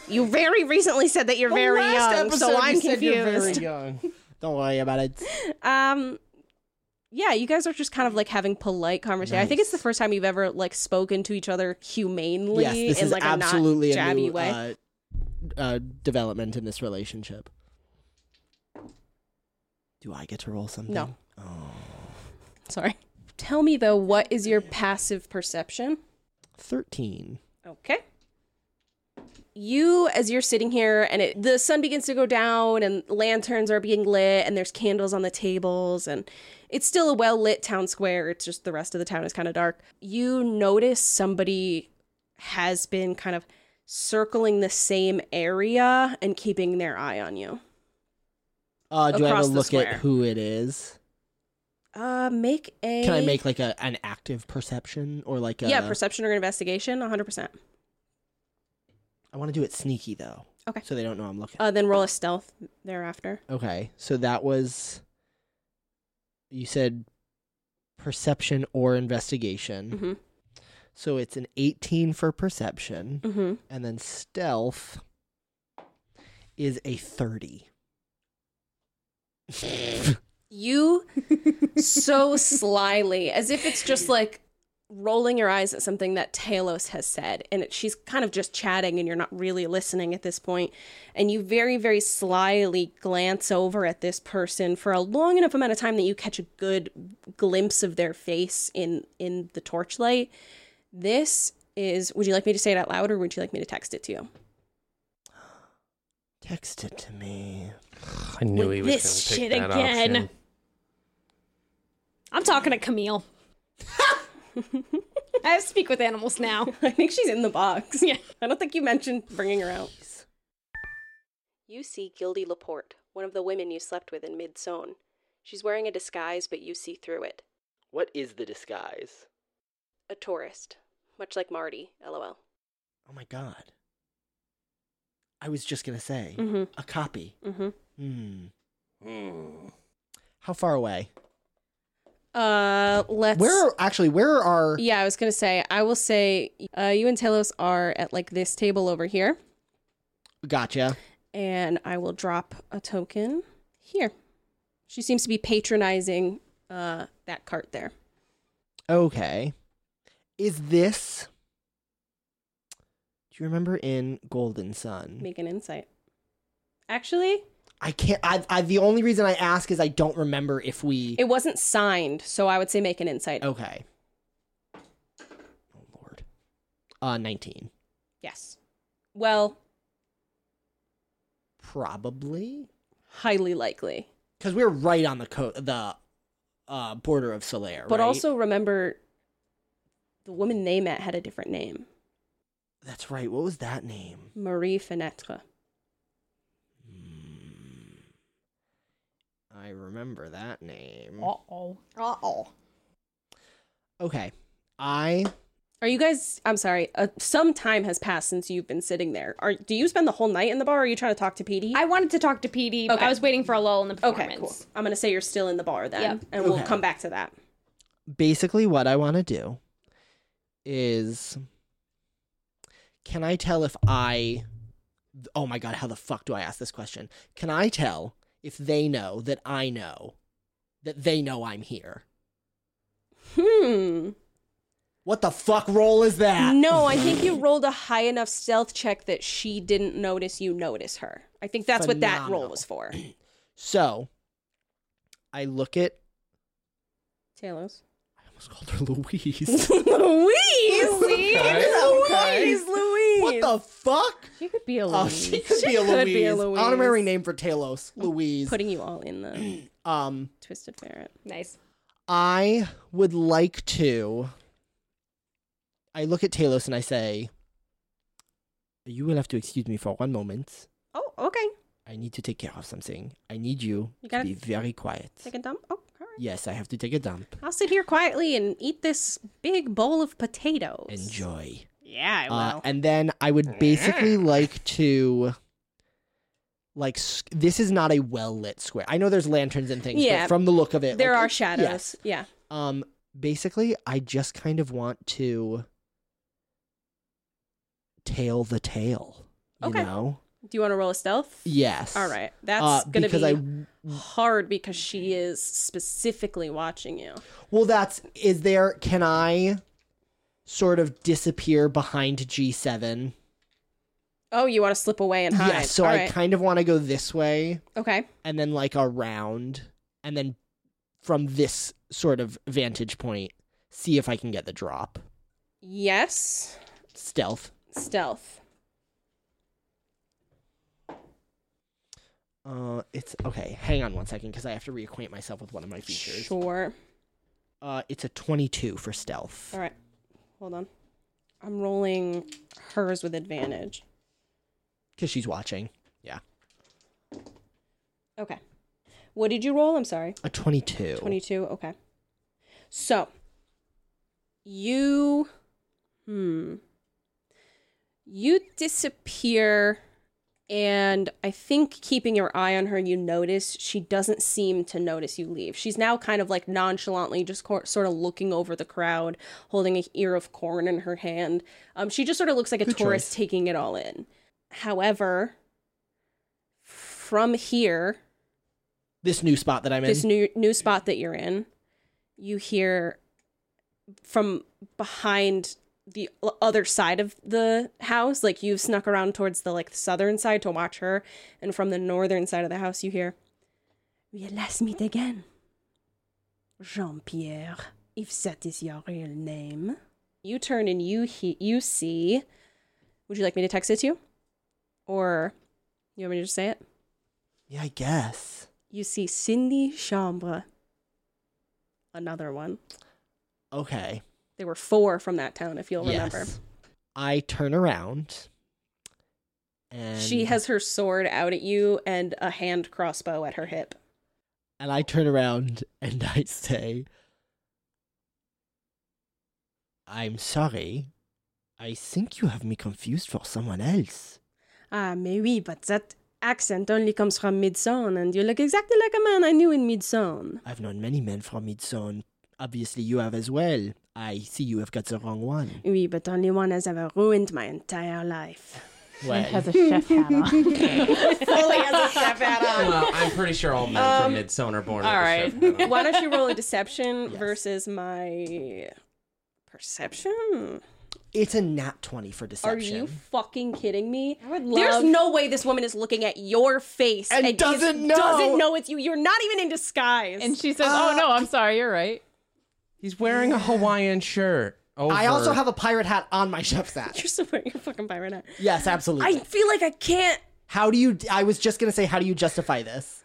You very recently said that you're
The
very
last
young, so
episode
I'm
you said
confused.
you're very young. Don't worry about it.
Um, yeah, you guys are just kind of like having polite conversation. I think it's the first time you've ever like spoken to each other humanely
yes, this
in
is
like
absolutely
a not
a
jabby
new
way.
uh, uh, development in this relationship. Do I get to roll something?
No.
Oh.
Sorry. Tell me though, what is your passive perception?
13.
Okay. You, as you're sitting here, and it, the sun begins to go down, and lanterns are being lit, and there's candles on the tables, and it's still a well lit town square. It's just the rest of the town is kind of dark. You notice somebody has been kind of circling the same area and keeping their eye on you.
Uh, do I have a
Across the
look at
square.
who it is?
Uh, make a.
Can I make uh, like a, an active perception or like a.
Yeah, perception or investigation, 100%.
I want to do it sneaky though.
Okay.
So they don't know I'm looking.
Uh, then roll a stealth thereafter.
okay. So that was. You said perception or investigation.
Mm-hmm.
So it's an 18 for perception.
Mm-hmm.
And then stealth is a 30.
you so slyly as if it's just like rolling your eyes at something that Talos has said and it, she's kind of just chatting and you're not really listening at this point and you very very slyly glance over at this person for a long enough amount of time that you catch a good glimpse of their face in in the torchlight this is would you like me to say it out loud or would you like me to text it to you
Text it to me.
I knew he was
this
gonna pick
shit
that
again.
option.
I'm talking to Camille. I have to speak with animals now.
I think she's in the box.
Yeah.
I don't think you mentioned bringing her out. You see Gildy Laporte, one of the women you slept with in Midzone. She's wearing a disguise, but you see through it.
What is the disguise?
A tourist. Much like Marty, lol.
Oh my god. I was just going to say
Mm
a copy.
hmm. Mm
Hmm.
Hmm.
How far away?
hmm. Uh, let's.
Where actually where are
Yeah, I was gonna say, I will say, uh, you and Talos are at like this table over here,
Gotcha.
and I will drop a token here. She seems to be patronizing uh, that cart there.
Okay. Is this Do you remember in Golden Sun?
Make an insight. Actually,
I can't I, I the only reason I ask is I don't remember if we
It wasn't signed, so I would say make an insight.
Okay. Oh lord. Uh 19.
Yes. Well,
Probably.
highly likely.
Cuz we're right on the co- the uh border of Solaire,
But
right?
also remember the woman they met had a different name
That's right. What was that name?
Marie Fenêtre.
I remember that name.
oh.
Okay. I
Are you guys? I'm sorry. Uh, some time has passed since you've been sitting there. Are do you spend the whole night in the bar? Or are you trying to talk to Petey?
I wanted to talk to PD, but
Okay.
I was waiting for a lull in the performance.
okay, cool. I'm gonna say you're still in the bar then,
Yep.
and we'll
Okay.
come back to that.
basically what I want to do is can I tell if I Oh my god, how the fuck do I ask this question? Can I tell if they know that I know that they know I'm here?
Hmm.
What the fuck role is that?
No, I think you rolled a high enough stealth check that she didn't notice you notice her. I think that's what that roll
Phenomenal.
was for.
So I look at
Talos.
I almost called her Louise.
Louise!
Okay.
Louise! Louise!
what the fuck?
She could be a
Oh,
Louise.
she could, be, a
could
Louise.
be a Louise.
Honorary name for Talos, Louise.
Putting you all in the
Um,
Twisted Ferret.
Nice.
I would like to. I look at Talos and I say, "You will have to excuse me for one moment.
Oh, okay.
I need to take care of something. I need you,
You gotta
to be very quiet.
Take a dump. Oh, all right.
yes, I have to take a dump.
I'll sit here quietly and eat this big bowl of potatoes.
Enjoy."
Yeah, I will.
Uh, and then I would basically like to, like, s- this is not a well lit square. I know there's lanterns and things,
Yeah.
but from the look of it,
there
like,
are shadows.
yes.
Yeah.
Um, basically, I just kind of want to tail the tail, you
Okay.
know,
Do you want to roll a stealth?
Yes.
All right, that's
Uh,
gonna
because
be
I
hard because she is specifically watching you.
Well, that's is there. Can I sort of disappear behind G seven?
Oh, you want to slip away and hide?
Yeah. So
All
I
right.
kind of want to go this way
okay.
and then like around and then from this sort of vantage point, see if I can get the drop.
Yes,
Stealth.
stealth.
Uh, it's okay. Hang on one second because I have to reacquaint myself with one of my features.
Sure.
Uh, it's a twenty-two for stealth.
All right. Hold on. I'm rolling hers with advantage.
because she's watching.
Okay. What did you roll? I'm sorry.
A 22.
22. Okay. So, you. Hmm. You disappear, and I think keeping your eye on her, you notice she doesn't seem to notice you leave. She's now kind of like nonchalantly just cor- sort of looking over the crowd, holding a ear of corn in her hand. Um, she just sort of looks like a
Good
tourist taking it all in. However, from here,
This new spot that I'm in.
this new new spot that you're in, you hear from behind the o- other side of the house. Like you've snuck around towards the like southern side to watch her, and from the northern side of the house, you hear, "We last meet again, Jean Pierre, if that is your real name." You turn and you he- you see. Would you like me to text it to you, or you want me to just say it?
yeah, I guess.
you see Cindy Chambre. Another one.
Okay.
There were four from that town, if you'll
yes.
remember.
I turn around. And
She has her sword out at you and a hand crossbow at her hip.
And I turn around and I say, I'm sorry. I think you have me confused for someone else.
Ah, mais oui, but that accent only comes from Midzone, and you look exactly like a man I knew in Midzone.
I've known many men from Midzone. Obviously, you have as well. I see you have got the wrong one.
Oui, but only one has ever ruined my entire life.
It has a chef hat on.
Fully has a chef
well, I'm pretty sure all men from Midsummer are born. All right.
Why don't you roll a deception
Yes.
versus my perception?
It's a nat 20 for
Are
deception.
you fucking kidding me?
I would
There's
love-
no way this woman is looking at your face
And
is-
doesn't know.
Doesn't know it's you. You're not even in disguise.
And she says, "Oh no, I'm sorry. You're right."
He's wearing a Hawaiian shirt. Over.
I also have a pirate hat on my chef's hat.
you're still wearing your fucking pirate hat.
Yes, absolutely.
I feel like I can't.
How do you? I was just gonna say, how do you justify this?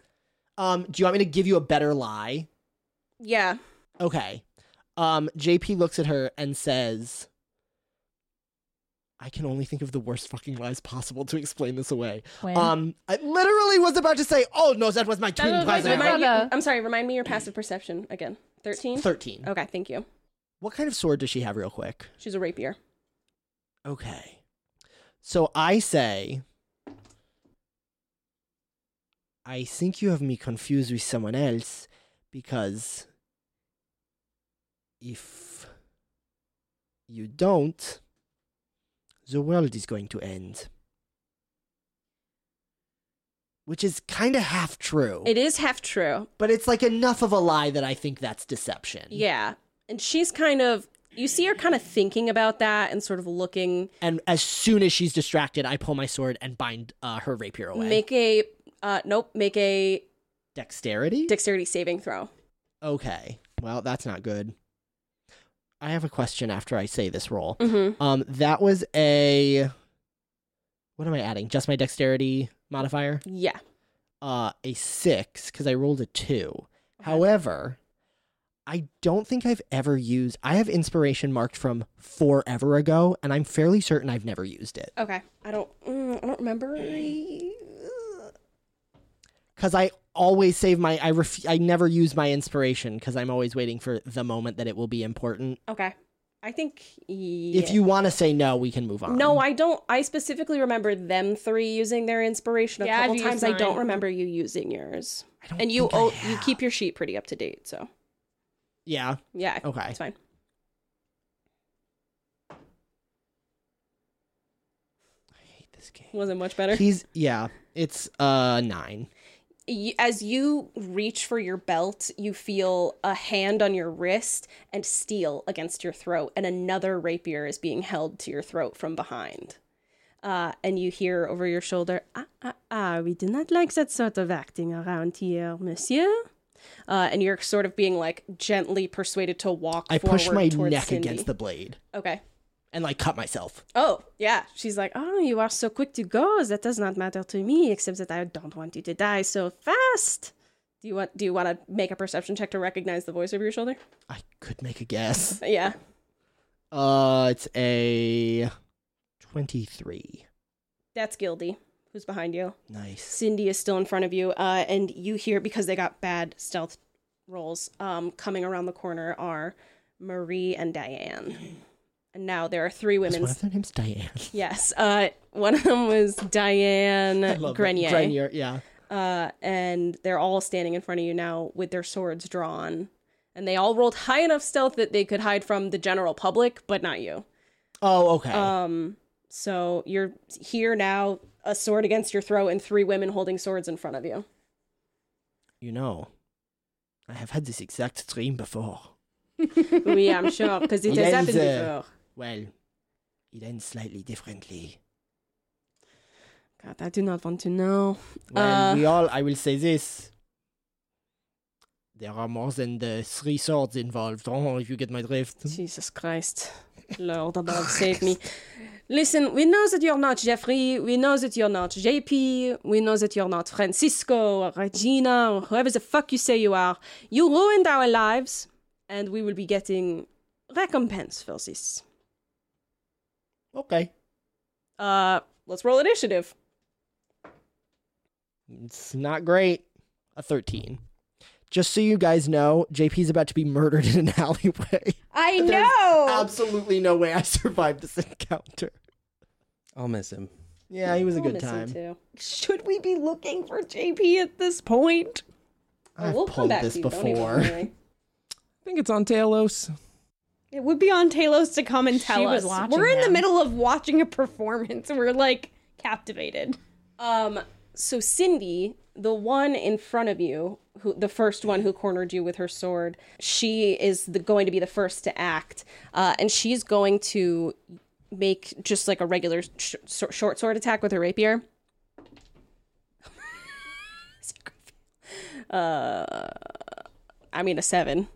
Um, do you want me to give you a better lie?
Yeah.
Okay. Um, JP looks at her and says, "I can only think of the worst fucking lies possible to explain this away."
When?
Um, I literally was about to say, "Oh no, that was my twin
was my
brother."
twin brother.
Remind you,
Another.
I'm sorry. Remind me your passive perception again. Thirteen.
Thirteen.
Okay. Thank you.
What kind of sword does she have, real quick?
She's a rapier.
Okay. So I say, I think you have me confused with someone else because if you don't, the world is going to end. Which is kind of half true,
It is half true.
but it's like enough of a lie that I think that's deception.
Yeah. And she's kind of. You see her kind of thinking about that and sort of looking.
And as soon as she's distracted, I pull my sword and bind uh, her rapier away.
Make a. Uh, nope. Make a
Dexterity?
dexterity saving throw.
Okay. Well, that's not good. I have a question after I say this roll.
Mm-hmm.
Um, that was a. What am I adding? Just my dexterity modifier?
Yeah.
Uh, a six, because I rolled a two. However, I don't think I've ever used. I have inspiration marked from forever ago, and I'm fairly certain I've never used it.
Okay. I don't. mm, I don't remember.
because I always save my I ref, I never use my inspiration because I'm always waiting for the moment that it will be important.
Okay. I think.
If you want to say no, we can move on.
No, I don't. I specifically remember them three using their inspiration a
Yeah, I've
couple
used
times. I don't
mine.
remember you using yours.
I don't
And you
think I
oh, you
have.
keep your sheet pretty up to date. So
yeah.
yeah.
Okay.
It's fine.
I hate
this game.
Wasn't much better.
He's yeah. It's uh nine.
y- as you reach for your belt, you feel a hand on your wrist and steel against your throat, and another rapier is being held to your throat from behind. Uh, and you hear over your shoulder, ah, ah, ah, we do not like that sort of acting around here, monsieur. Uh, and you're sort of being like gently persuaded to walk.
I
forward
push my
towards
neck
Cindy.
against the blade
Okay.
and like cut myself.
Oh, yeah. She's like, Oh, you are so quick to go. That does not matter to me, except that I don't want you to die so fast. Do you want do you want to make a perception check to recognize the voice over your shoulder?
I could make a guess.
Yeah.
Uh, it's a twenty-three.
That's Gildy, who's behind you.
Nice.
Cindy is still in front of you, uh, and you hear because they got bad stealth rolls, um, coming around the corner are Marie and Diane. And now there are three
Is
women.
one of their names Diane.
Yes. Uh, one of them was Diane
Love it.
Uh, Grenier.
Grenier. Yeah.
uh, and they're all standing in front of you now with their swords drawn. And they all rolled high enough stealth that they could hide from the general public, but not you.
Oh, okay.
Um, so you're here now, a sword against your throat, and three women holding swords in front of you.
you know, I have had this exact dream before.
we, I'm sure, because it has happened
Lenze.
before.
Well, it ends slightly differently.
God, I do not want to know.
Well,
Uh,
we all, I will say this. There are more than the three swords involved. Oh, if you get my drift.
Jesus Christ. Lord above, save me. Listen, we know that you're not Jeffrey. We know that you're not JP. We know that you're not Francisco or Regina or whoever the fuck you say you are. You ruined our lives, and we will be getting recompense for this.
Okay.
Uh, let's roll initiative.
It's not great. A 13. Just so you guys know, JP's about to be murdered in an alleyway.
I
There's
know.
Oh.
Absolutely no way I survived this encounter.
I'll miss him.
Yeah, he was a
I'll
good
miss him
time.
too.
Should we be looking for JP at this point?
Oh,
I've
we'll come
pulled
back
this
to you. Don't even
before.
worry.
I think it's on Talos.
It would be on Talos to come and tell
She
us.
was watching
We're in the
him.
middle of watching a performance. and We're like captivated.
Um, so Cindy, the one in front of you, who the first one who cornered you with her sword, she is the, going to be the first to act, uh, and she's going to make just like a regular sh- sh- short sword attack with her rapier. uh, I mean a seven.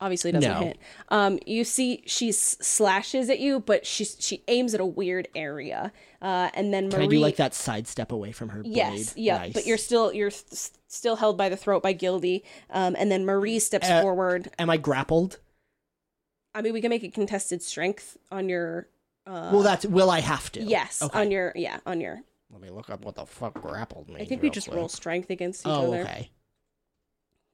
Obviously doesn't
No.
hit. Um, you see, she s- slashes at you, but she she aims at a weird area. Uh, and then
Can
Marie,
I do like that sidestep away from her blade?
Yes, yeah,
Nice.
but you're still you're s still held by the throat by Gildy, um, and then Marie steps
Uh,
forward.
Am I grappled?
I mean, we can make a contested strength on your. Uh,
well, that's. Will I have to?
yes,
Okay.
on your yeah on your.
Let me look up what the fuck grappled means.
I think we
real
just
quick.
roll strength against each
Oh,
other.
okay.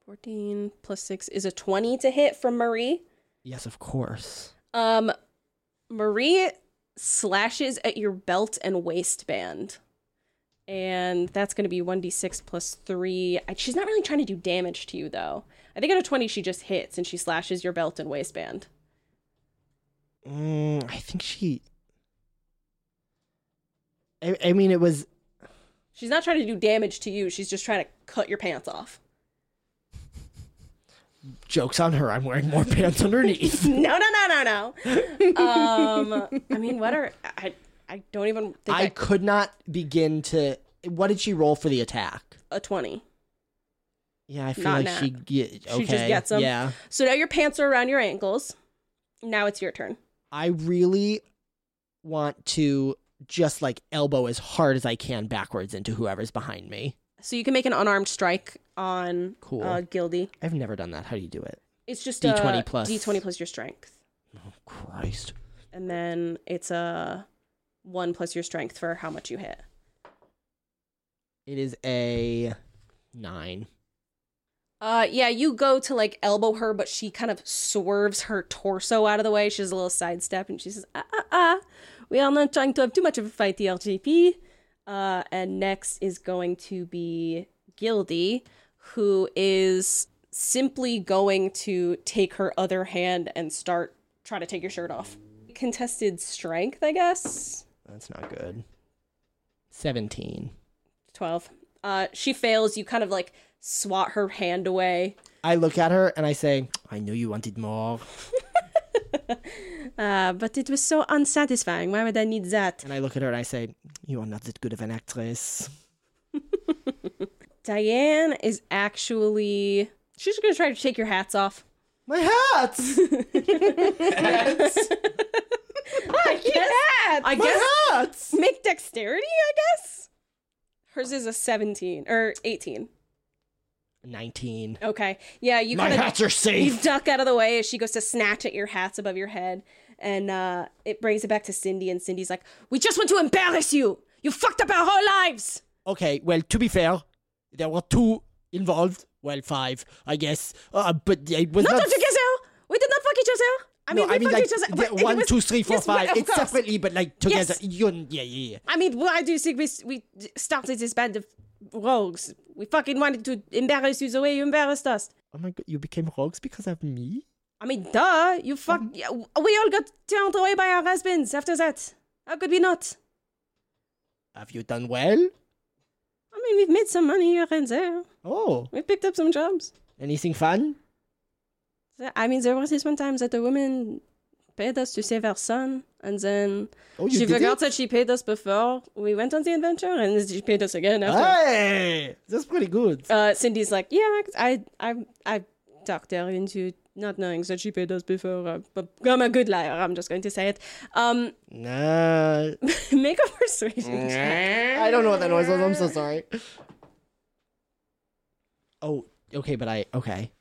Fourteen plus six is a twenty to hit from Marie.
Yes, of course.
Um, Marie slashes at your belt and waistband. And that's going to be 1d6 plus 3. I, she's not really trying to do damage to you, though. I think out of 20, she just hits and she slashes your belt and waistband.
Mm, I think she. I, I mean, it was.
She's not trying to do damage to you. She's just trying to cut your pants off.
Joke's on her. I'm wearing more pants underneath.
No, no, no, no, no. um, I mean, what are. I, I don't even think
I
I,
could not begin to. What did she roll for the attack?
a 20.
Yeah, I feel
Not
like she.
nat.
Get, okay.
She just gets 'em.
Yeah.
So now your pants are around your ankles. Now it's your turn.
I really want to just like elbow as hard as I can backwards into whoever's behind me.
So you can make an unarmed strike on
Cool.
uh, Gildy.
I've never done that. How do you do it?
It's just
D20
a
plus.
D20 plus your strength.
Oh, Christ.
And then it's a 1 plus your strength for how much you hit.
It is a nine.
Uh yeah, you go to like elbow her but she kind of swerves her torso out of the way. She does a little sidestep and she says, "Ah ah ah. We are not trying to have too much of a fight, the LGP." Uh and next is going to be Gildy who is simply going to take her other hand and start try to take your shirt off. Contested strength, I guess.
That's not good. Seventeen.
12. Uh, she fails. You kind of like swat her hand away.
I look at her and I say, "I knew you wanted more,"
Uh, but it was so unsatisfying. Why would I need that?
and I look at her and I say, "You are not that good of an actress."
Diane is actually. She's going to try to take your hats off.
My hats.
I guess. I guess.
My hats.
Make dexterity, I guess? Hers is a 17 or 18.
Nineteen.
Okay. Yeah, you
My
kind of.
hats are
You
safe.
duck out of the way as she goes to snatch at your hats above your head, and uh, it brings it back to Cindy. And Cindy's like, "We just want to embarrass you. You fucked up our whole lives."
Okay, well, to be fair, there were two involved. Well, five, I guess. Uh, but it was
Not
not.
us together. We did not fuck each other. I mean,
no,
we
I mean,
fucked
like
each other.
the-
But it
one,
was-
two, three, four,
yes, well,
five.
of
It's
course.
separately, but like together.
Yes.
You, yeah, yeah. yeah.
I mean, why do you think we s- we d- started this band of rogues? We fucking wanted to embarrass you the way you embarrassed us.
Oh my god, you became rogues because of me?
I mean, duh. You fuck.
Um,
yeah, w- we all got turned away by our husbands after that. How could we not?
Have you done well?
I mean, we've made some money here and there.
Oh,
We picked up some jobs.
anything fun?
Th- I mean, there was this one time that a woman paid us to save her son, and then
Oh, you
she
did
forgot
it?
that she paid us before we went on the adventure, and then she paid us again after.
Hey, that's pretty good.
Uh, Cindy's like, yeah, I, I, I talked her into not knowing that she paid us before, uh, but I'm a good liar. I'm just going to say it. Um,
Nah,
make a persuasion check.
I don't know what that noise was. I'm so sorry. Oh, okay, but I okay.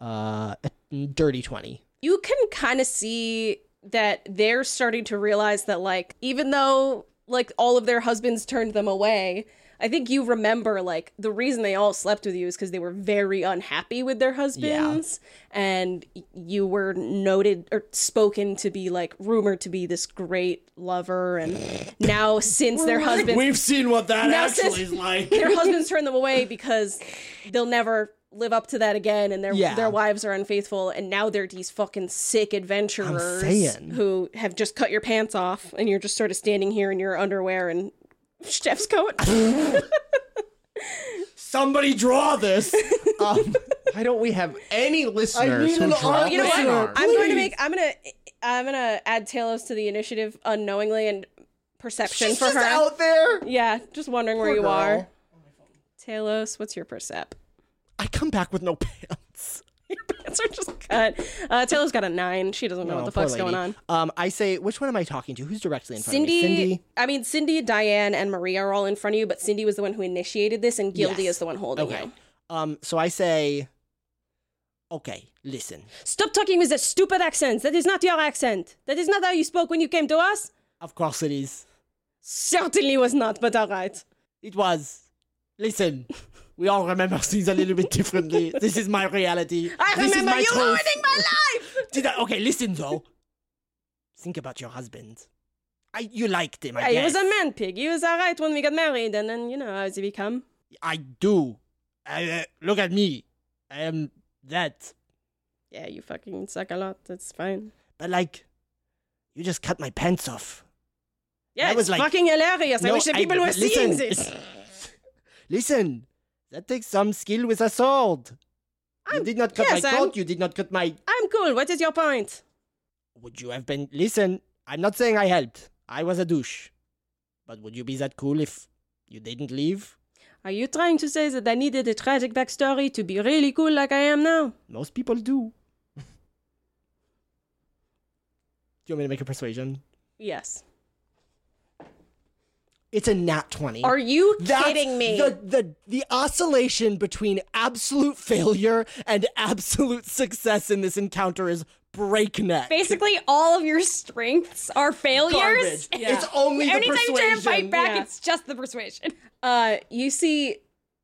Uh, a dirty twenty.
You can kind of see that they're starting to realize that, like, even though like all of their husbands turned them away. I think you remember like the reason they all slept with you is because they were very unhappy with their husbands, and y- you were noted or spoken to be like rumored to be this great lover, and now since their husbands
seen what that
Now since-
like.
their husbands turn them away because they'll never live up to that again and their
Yeah.
their wives are unfaithful and now they're these fucking sick adventurers
saying.
who have just cut your pants off and you're just sort of standing here in your underwear and chef's coat
Somebody draw this. um,
Why don't we have any listeners
need
who
an
draw
Oh,
you know what
listener,
listeners?
i'm going to
please.
make i'm going to i'm going to add talos to the initiative unknowingly and perception
she's
for
just
her
out there.
yeah just wondering where
Poor
you
girl.
are talos what's your percep
I come back with no pants.
pants are just cut uh taylor's got a nine she doesn't know what
Oh,
the
poor
fuck's
lady.
going on
Um, I say, which one am I talking to? Who's directly in front
Cindy,
of me? Cindy.
I mean, Cindy, Diane, and Maria are all in front of you, but Cindy was the one who initiated this, and Gildy
Yes.
is the one holding
Okay.
you.
Um, so I say, okay, listen.
Stop talking with that stupid accent. That is not your accent. That is not how you spoke when you came to us.
Of course it is.
Certainly was not, but all right.
It was. Listen, we all remember things a little bit differently. This is my reality.
I
this is
remember
my
you
truth.
ruining my life.
Did I? Okay, listen though. Think about your husband. I, you liked him, I
Hey, He
guess.
was a man pig. He was all right when we got married, and then, you know, how has he become?
I do. I, uh, look at me. I am that.
Yeah, you fucking suck a lot. That's fine.
But like, you just cut my pants off.
Yeah,
That
it's
was like-
fucking hilarious. I
No,
wish the people were
but
seeing this.
listen, that takes some skill with a sword. you
I'm-
did not cut
yes,
my
I'm-
coat. You did not cut my.
I'm cool. What is your point?
Would you have been? Listen, I'm not saying I helped. I was a douche. But would you be that cool if you didn't leave?
Are you trying to say that I needed a tragic backstory to be really cool like I am now?
Most people do. do you want me to make a persuasion?
Yes.
It's a nat twenty.
Are you
That's
kidding me?
The, the the oscillation between absolute failure and absolute success in this encounter is breakneck.
Basically, all of your strengths are failures.
Garbage. It's only the
Anytime you try to
persuasion.
fight back,
Yeah.
it's just the persuasion.
Uh, you see,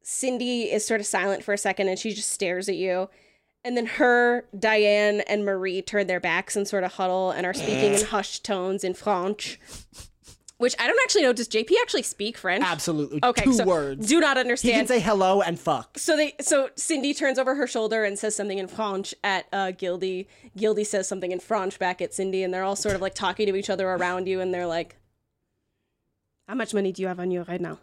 Cindy is sort of silent for a second and she just stares at you. And then her, Diane, and Marie turn their backs and sort of huddle and are speaking in hushed tones in French. Which I don't actually know. Does JP actually speak French?
Absolutely.
Okay,
Two
so
words.
Do not
he can
understand.
say hello and fuck.
so they so Cindy turns over her shoulder and says something in French at uh, Gildy. Gildy says something in French back at Cindy, and they're all sort of like talking to each other around you, and they're like, How much money do you have on you right now?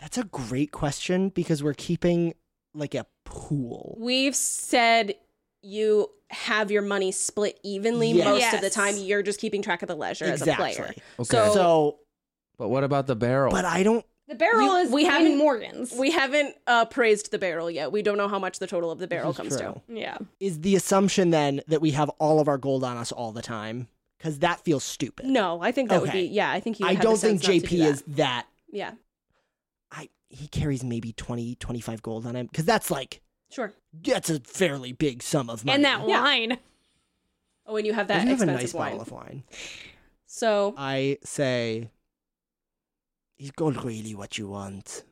That's a great question because we're keeping like a pool.
We've said you have your money split evenly
Yes.
most of the
Yes.
time. You're just keeping track of the leisure as a player.
Exactly.
Okay.
So-
So,
but what about the barrel?
but I don't.
The barrel
You-
is
we
we have
haven't-
in Morgan's.
We haven't uh, praised the barrel yet. We don't know how much the total of the barrel
this is
comes to.
true.
yeah.
Is the assumption then that we have all of our gold on us all the time? Because that feels stupid.
No, I think that would be
Okay.
yeah. I think you.
I
have the
don't
sense
think
not to do
JP
that.
is that.
Yeah,
I he carries maybe 20, 25 gold on him because that's like
sure.
that's a fairly big sum of money.
And that
Yeah.
wine.
Oh, and you have that
Doesn't he have a
expensive
nice
wine.
bottle of wine.
so
I say, is gold really what you want?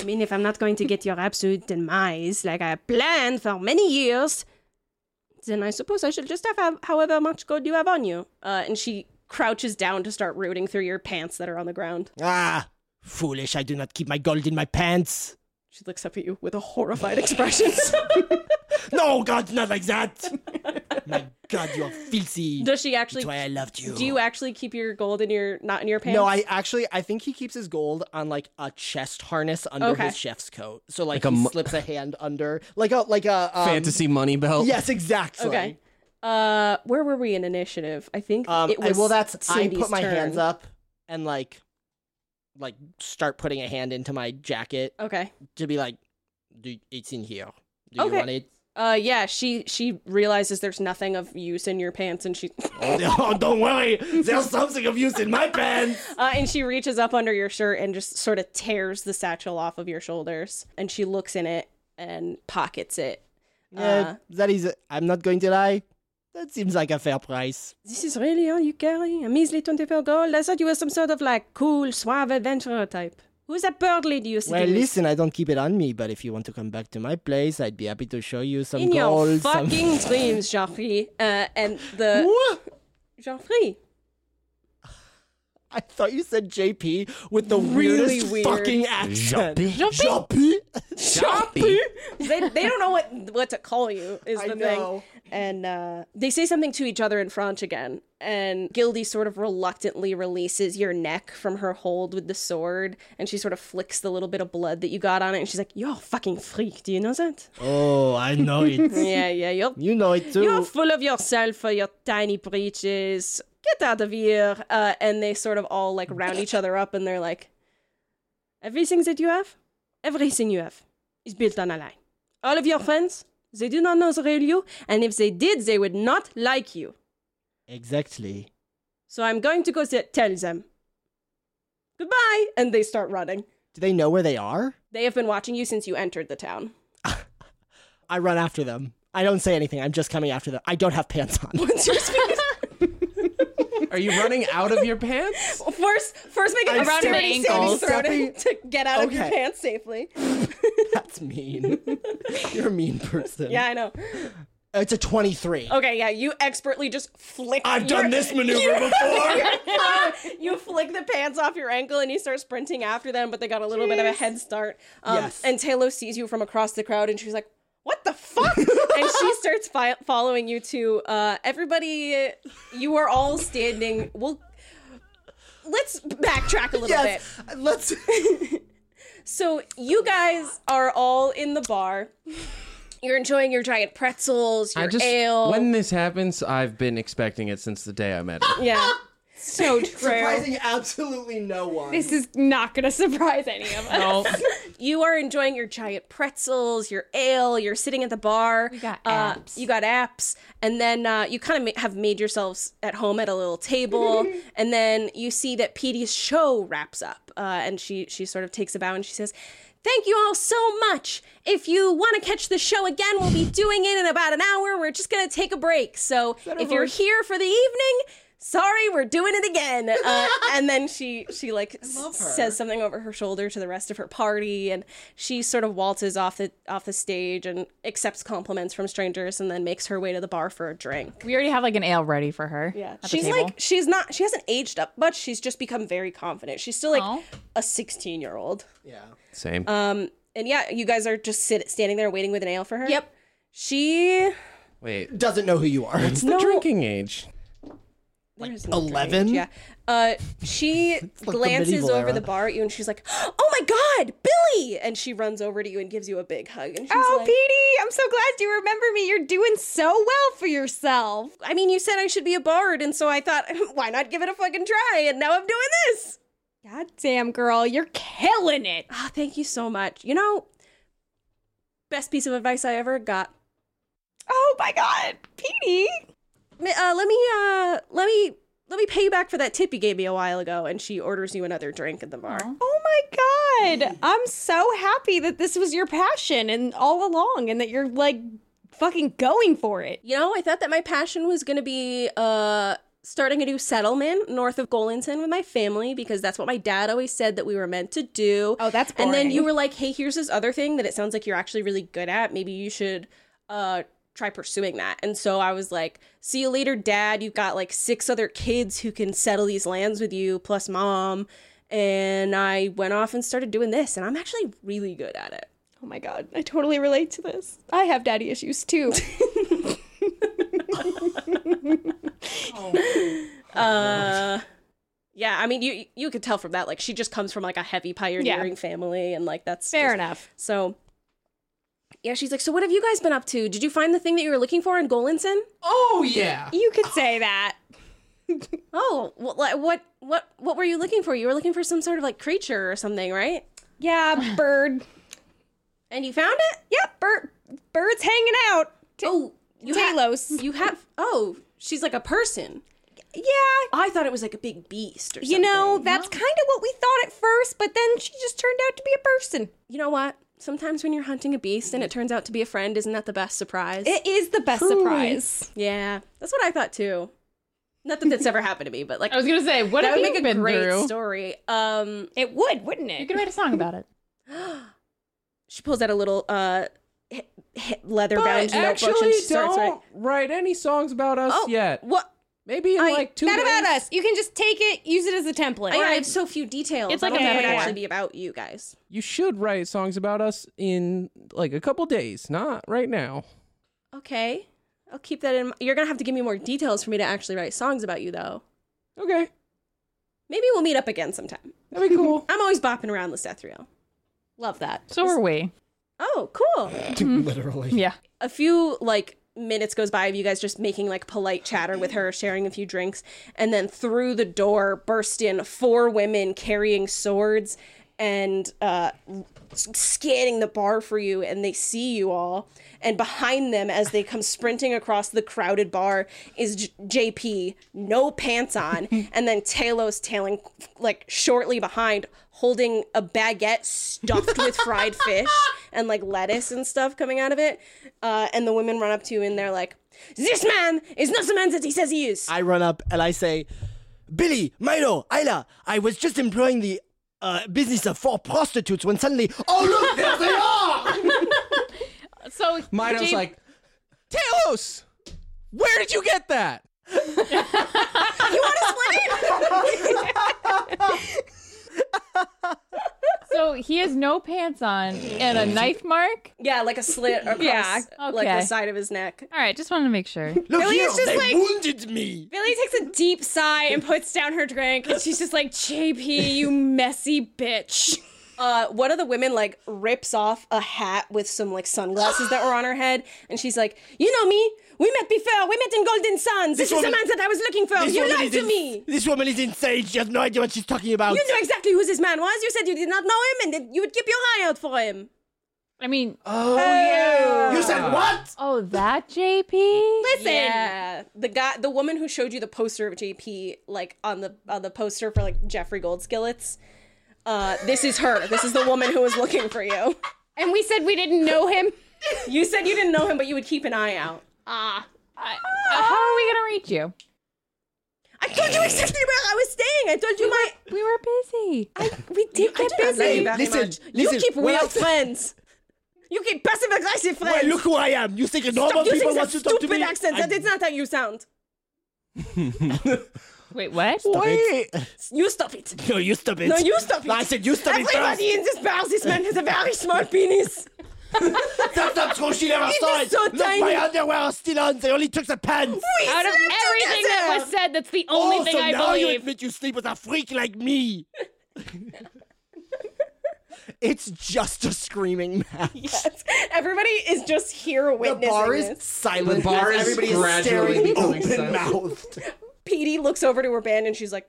I mean, if I'm not going to get your absolute demise like I planned for many years, then I suppose I should just have ho- however much gold you have on you. Uh, and she crouches down to start rooting through your pants that are on the ground.
Ah, foolish! I do not keep my gold in my pants.
She looks up at you with a horrified expression.
No, God, not like that. my God, you're filthy.
Does she actually?
That's why I loved you.
Do you actually keep your gold in your not in your pants?
No, I actually I think he keeps his gold on like a chest harness under
Okay.
his chef's coat. So like,
Like a
he
mu-
slips a hand under, like a like a um,
Fantasy money belt.
Yes, exactly.
Okay. Uh, where were we in initiative? I think
Um,
it
I-
was.
well, that's I
Cindy's
put my
turn.
hands up and like, like start putting a hand into my jacket
Okay.
to be like, do it's in here. Do you
Okay.
want it?
Uh, yeah. She she realizes there's nothing of use in your pants, and she
oh, don't worry. There's something of use in my pants.
uh, and she reaches up under your shirt and just sort of tears the satchel off of your shoulders, and she looks in it and pockets it. Uh,
Yeah, that is. I'm not going to lie. That seems like a fair price.
This is really all you carry? A measly twenty-four gold? I thought you were some sort of like cool, suave adventurer type. Who's that bird lady you see?
Well, listen, I don't keep it on me, but if you want to come back to my place, I'd be happy to show you some
in your
gold. some-
fucking dreams, Joffrey. Uh, and the
What?
Joffrey.
I thought you said JP with the
Really
weirdest
weird.
fucking accent.
JP.
JP.
Choppy.
they, they don't know what what to call you is
I
the
know.
thing and uh, they say something to each other in french again and gildy sort of reluctantly releases your neck from her hold with the sword and she sort of flicks the little bit of blood that you got on it and she's like you're a fucking freak do you know that
Oh, I know it.
yeah yeah you're
you know it too.
you're full of yourself for your tiny breeches get out of here uh, and they sort of all like round each other up and they're like everything that you have everything you have is built on a lie all of your friends they do not know the real you and if they did they would not like you
Exactly.
so i'm going to go se- tell them goodbye and they start running
Do they know where they are?
they have been watching you since you entered the town
I run after them. I don't say anything. I'm just coming after them. I don't have pants on.
What's your speed?
Are you running out of your pants?
first first make it
I'm
around your
stepping-
ankles
ankles.
throw to, to get out of your
Okay.
pants safely
That's mean. You're a mean person.
Yeah, I know.
It's a 23.
Okay, yeah, you expertly just flick.
I've
your-
done this maneuver before.
You flick the pants off your ankle and you start sprinting after them, but they got a little bit of a head start. Um,
Yes.
And Taylor sees you from across the crowd and she's like, "What the fuck?" and she starts fi- following you to. Uh, everybody, you are all standing. Well, let's backtrack a little bit.
yes. Let's.
So you guys are all in the bar. You're enjoying your giant pretzels, your
I just
ale.
when this happens, I've been expecting it since the day I met her.
yeah.
So true.
Surprising absolutely no one.
This is not going to surprise any of us.
No,
you are enjoying your giant pretzels, your ale, you're sitting at the bar. You
got
uh,
apps.
You got apps. And then uh, you kind of ma- have made yourselves at home at a little table. and then you see that Petey's show wraps up. Uh, and she, she sort of takes a bow and she says, Thank you all so much. If you want to catch the show again, we'll be doing it in about an hour. We're just going to take a break. So if you're here for the evening, sorry we're doing it again uh, and then she she like s- says something over her shoulder to the rest of her party and she sort of waltzes off the off the stage and accepts compliments from strangers and then makes her way to the bar for a drink
We already have like an ale ready for her.
yeah
at the
she's
table.
like she's not she hasn't aged up much she's just become very confident she's still like
Aw.
a 16 year old
same.
um and yeah you guys are just sit, standing there waiting with an ale for her
Yep.
she
Wait,
Doesn't know who you are.
it's the drinking age.
There
Like
is no
11?
drainage, Yeah. Uh, she
the
glances
medieval
over
era.
the bar at you and she's like, "Oh my god, Billy!" And she runs over to you and gives you a big hug. And she's
Oh,
like,
Petey, I'm so glad you remember me. You're doing so well for yourself.
"I mean, you said I should be a bard, and so I thought, why not give it a fucking try?" And now I'm doing this.
God damn, girl, you're killing it.
Ah, thank you so much. You know, best piece of advice I ever got.
Oh my god, Petey.
M- Uh, let me, uh, let me, let me pay you back for that tip you gave me a while ago. And she orders you another drink at the bar.
Oh my god. I'm so happy that this was your passion and all along and that you're like fucking going for it.
You know, I thought that my passion was going to be uh, starting a new settlement north of Golinton with my family because that's what my dad always said that we were meant to do.
Oh, that's
and then you
boring.
were like, hey, here's this other thing that it sounds like you're actually really good at. Maybe you should uh, try pursuing that. And so I was like, see you later, dad. You've got like six other kids who can settle these lands with you, plus mom. And I went off and started doing this, and I'm actually really good at it.
Oh my god, I totally relate to this. I have daddy issues too.
Uh, yeah, I mean, you you could tell from that. Like, she just comes from like a heavy pioneering family, and like that's
Fair
just-
enough.
So, yeah, she's like, so what have you guys been up to? Did you find the thing that you were looking for in Golinson?
Oh yeah.
You could say that.
Oh, what like, what what what were you looking for? You were looking for some sort of like creature or something, right?
Yeah, bird.
And you found it?
Yeah, bird. Birds hanging out. T-
Oh, you ha-
Talos.
you have. Oh, she's like a person.
yeah,
I thought it was like a big beast or something.
You know, that's kind of what we thought at first, but then she just turned out to be a person.
you know what? Sometimes when you're hunting a beast and it turns out to be a friend, isn't that the best surprise?
It is the best surprise.
Yeah, that's what I thought too. Not that that's ever happened to me, but like
I was gonna say, what
that
have
would
you
make a
been
great
through?
story. Um,
It would, wouldn't
You
it?
could write a song about it.
she pulls out a little uh h- h- leather-bound
But
notebook
actually,
and she starts
don't
writing.
write any songs about us
Oh,
yet.
what?
Maybe in
I-
like two
Not
days.
about us. You can just take it, use it as a template.
Oh, I, I have so few details.
It's
I
like
don't
a
think it would
metaphor.
actually be about you guys.
You should write songs about us in like a couple days, not right now.
Okay, I'll keep that in. m- You're gonna have to give me more details for me to actually write songs about you, though.
Okay,
Maybe we'll meet up again sometime.
that'd be cool.
I'm always bopping around Lysethriel. Love that.
So are we.
Oh, cool.
Literally.
Yeah.
a few like minutes goes by of you guys just making like polite chatter with her sharing a few drinks and then through the door burst in four women carrying swords and uh s- scanning the bar for you and they see you all and behind them as they come sprinting across the crowded bar is J- jp no pants on and then talos tailing like shortly behind holding a baguette stuffed with fried fish and like lettuce and stuff coming out of it uh, and the women run up to you and they're like this man is not the man that he says he is
I run up and I say, Billy, Milo, Isla, I was just employing the uh, business of four prostitutes when suddenly, oh look, there they are!
So
Mido's
Jay-
like, Talos, where did you get that?
so he has no pants on and a knife mark.
yeah like a slit across
Yeah,
like
okay.
the side of his neck
All right, just wanted to make sure.
Look
Billy
here,
is just
they
like-
wounded me!
Billy takes a deep sigh and puts down her drink, and she's just like, JP, you messy bitch.
uh, one of the women like rips off a hat with some like sunglasses that were on her head and she's like you know me we met before we met in golden sands this, is the
woman-
man that i was looking for
This
you
woman
lied
is
to
in-
me
This woman is insane. She has no idea what she's talking about.
you knew exactly who this man was you said you did not know him and that you would keep your eye out for him
I mean,
You
Uh,
said what?
oh, that JP.
Listen,
Yeah, the guy, the woman who showed you the poster of JP, like on the on the poster for like Jeffrey Gold skillets. Uh, this is her. This is the woman who was looking for you.
and we said we didn't know him.
You said you didn't know him, but you would keep an eye out.
Ah,
I- uh, how are we gonna reach you?
I told you exactly where I was staying. I told you my.
We were busy.
We did get busy.
Listen,
you
listen,
keep
when
weird
I-
friends. You keep passive aggressive
Well,
friends.
look who I am. You think normal
Stop using
people
that
want to talk to
stupid
me?
accent. That is not how you sound.
Wait, what?
Wait,
You stop it.
No, you stop it.
No, you stop it.
I said you stop it
Everybody
first.
in this bar, this man has a very small penis.
That's the at school, she never saw it.
so
Look,
tiny.
my underwear is still on. They only took the pants.
Out of everything that was said, that's the only
oh,
thing
so
I
now you
believe.
admit you sleep with a freak like me. it's just a screaming match.
Yes. Everybody is just here
The
witnessing
bar is
this.
silent.
The bar is
Everybody
gradually
staring open
becoming silent.
mouthed.
Petey looks over to her band and she's like,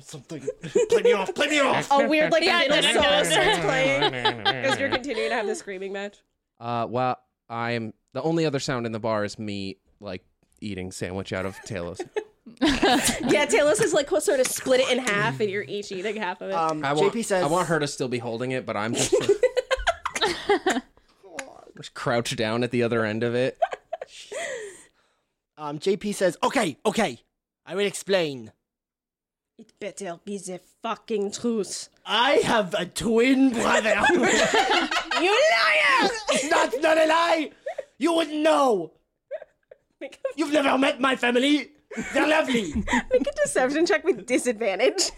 Something. Play me off. Play me off.
a weird like middle
dun,
solo
dun,
starts playing because you're continuing to have this screaming match.
Uh, well, I'm the only other sound in the bar is me like eating sandwich out of Talos.
Yeah, Talos is like sort of split it in half and you're each eating half of it.
Um,
I want,
JP says.
I want her to still be holding it, but I'm just, just crouched down at the other end of it.
Um, JP says, "Okay, okay, I will explain.
it better be the fucking truth.
I have a twin brother.
You liar!
it's not not a lie. You wouldn't know. You've never met my family. They're lovely.
Make a deception check with disadvantage.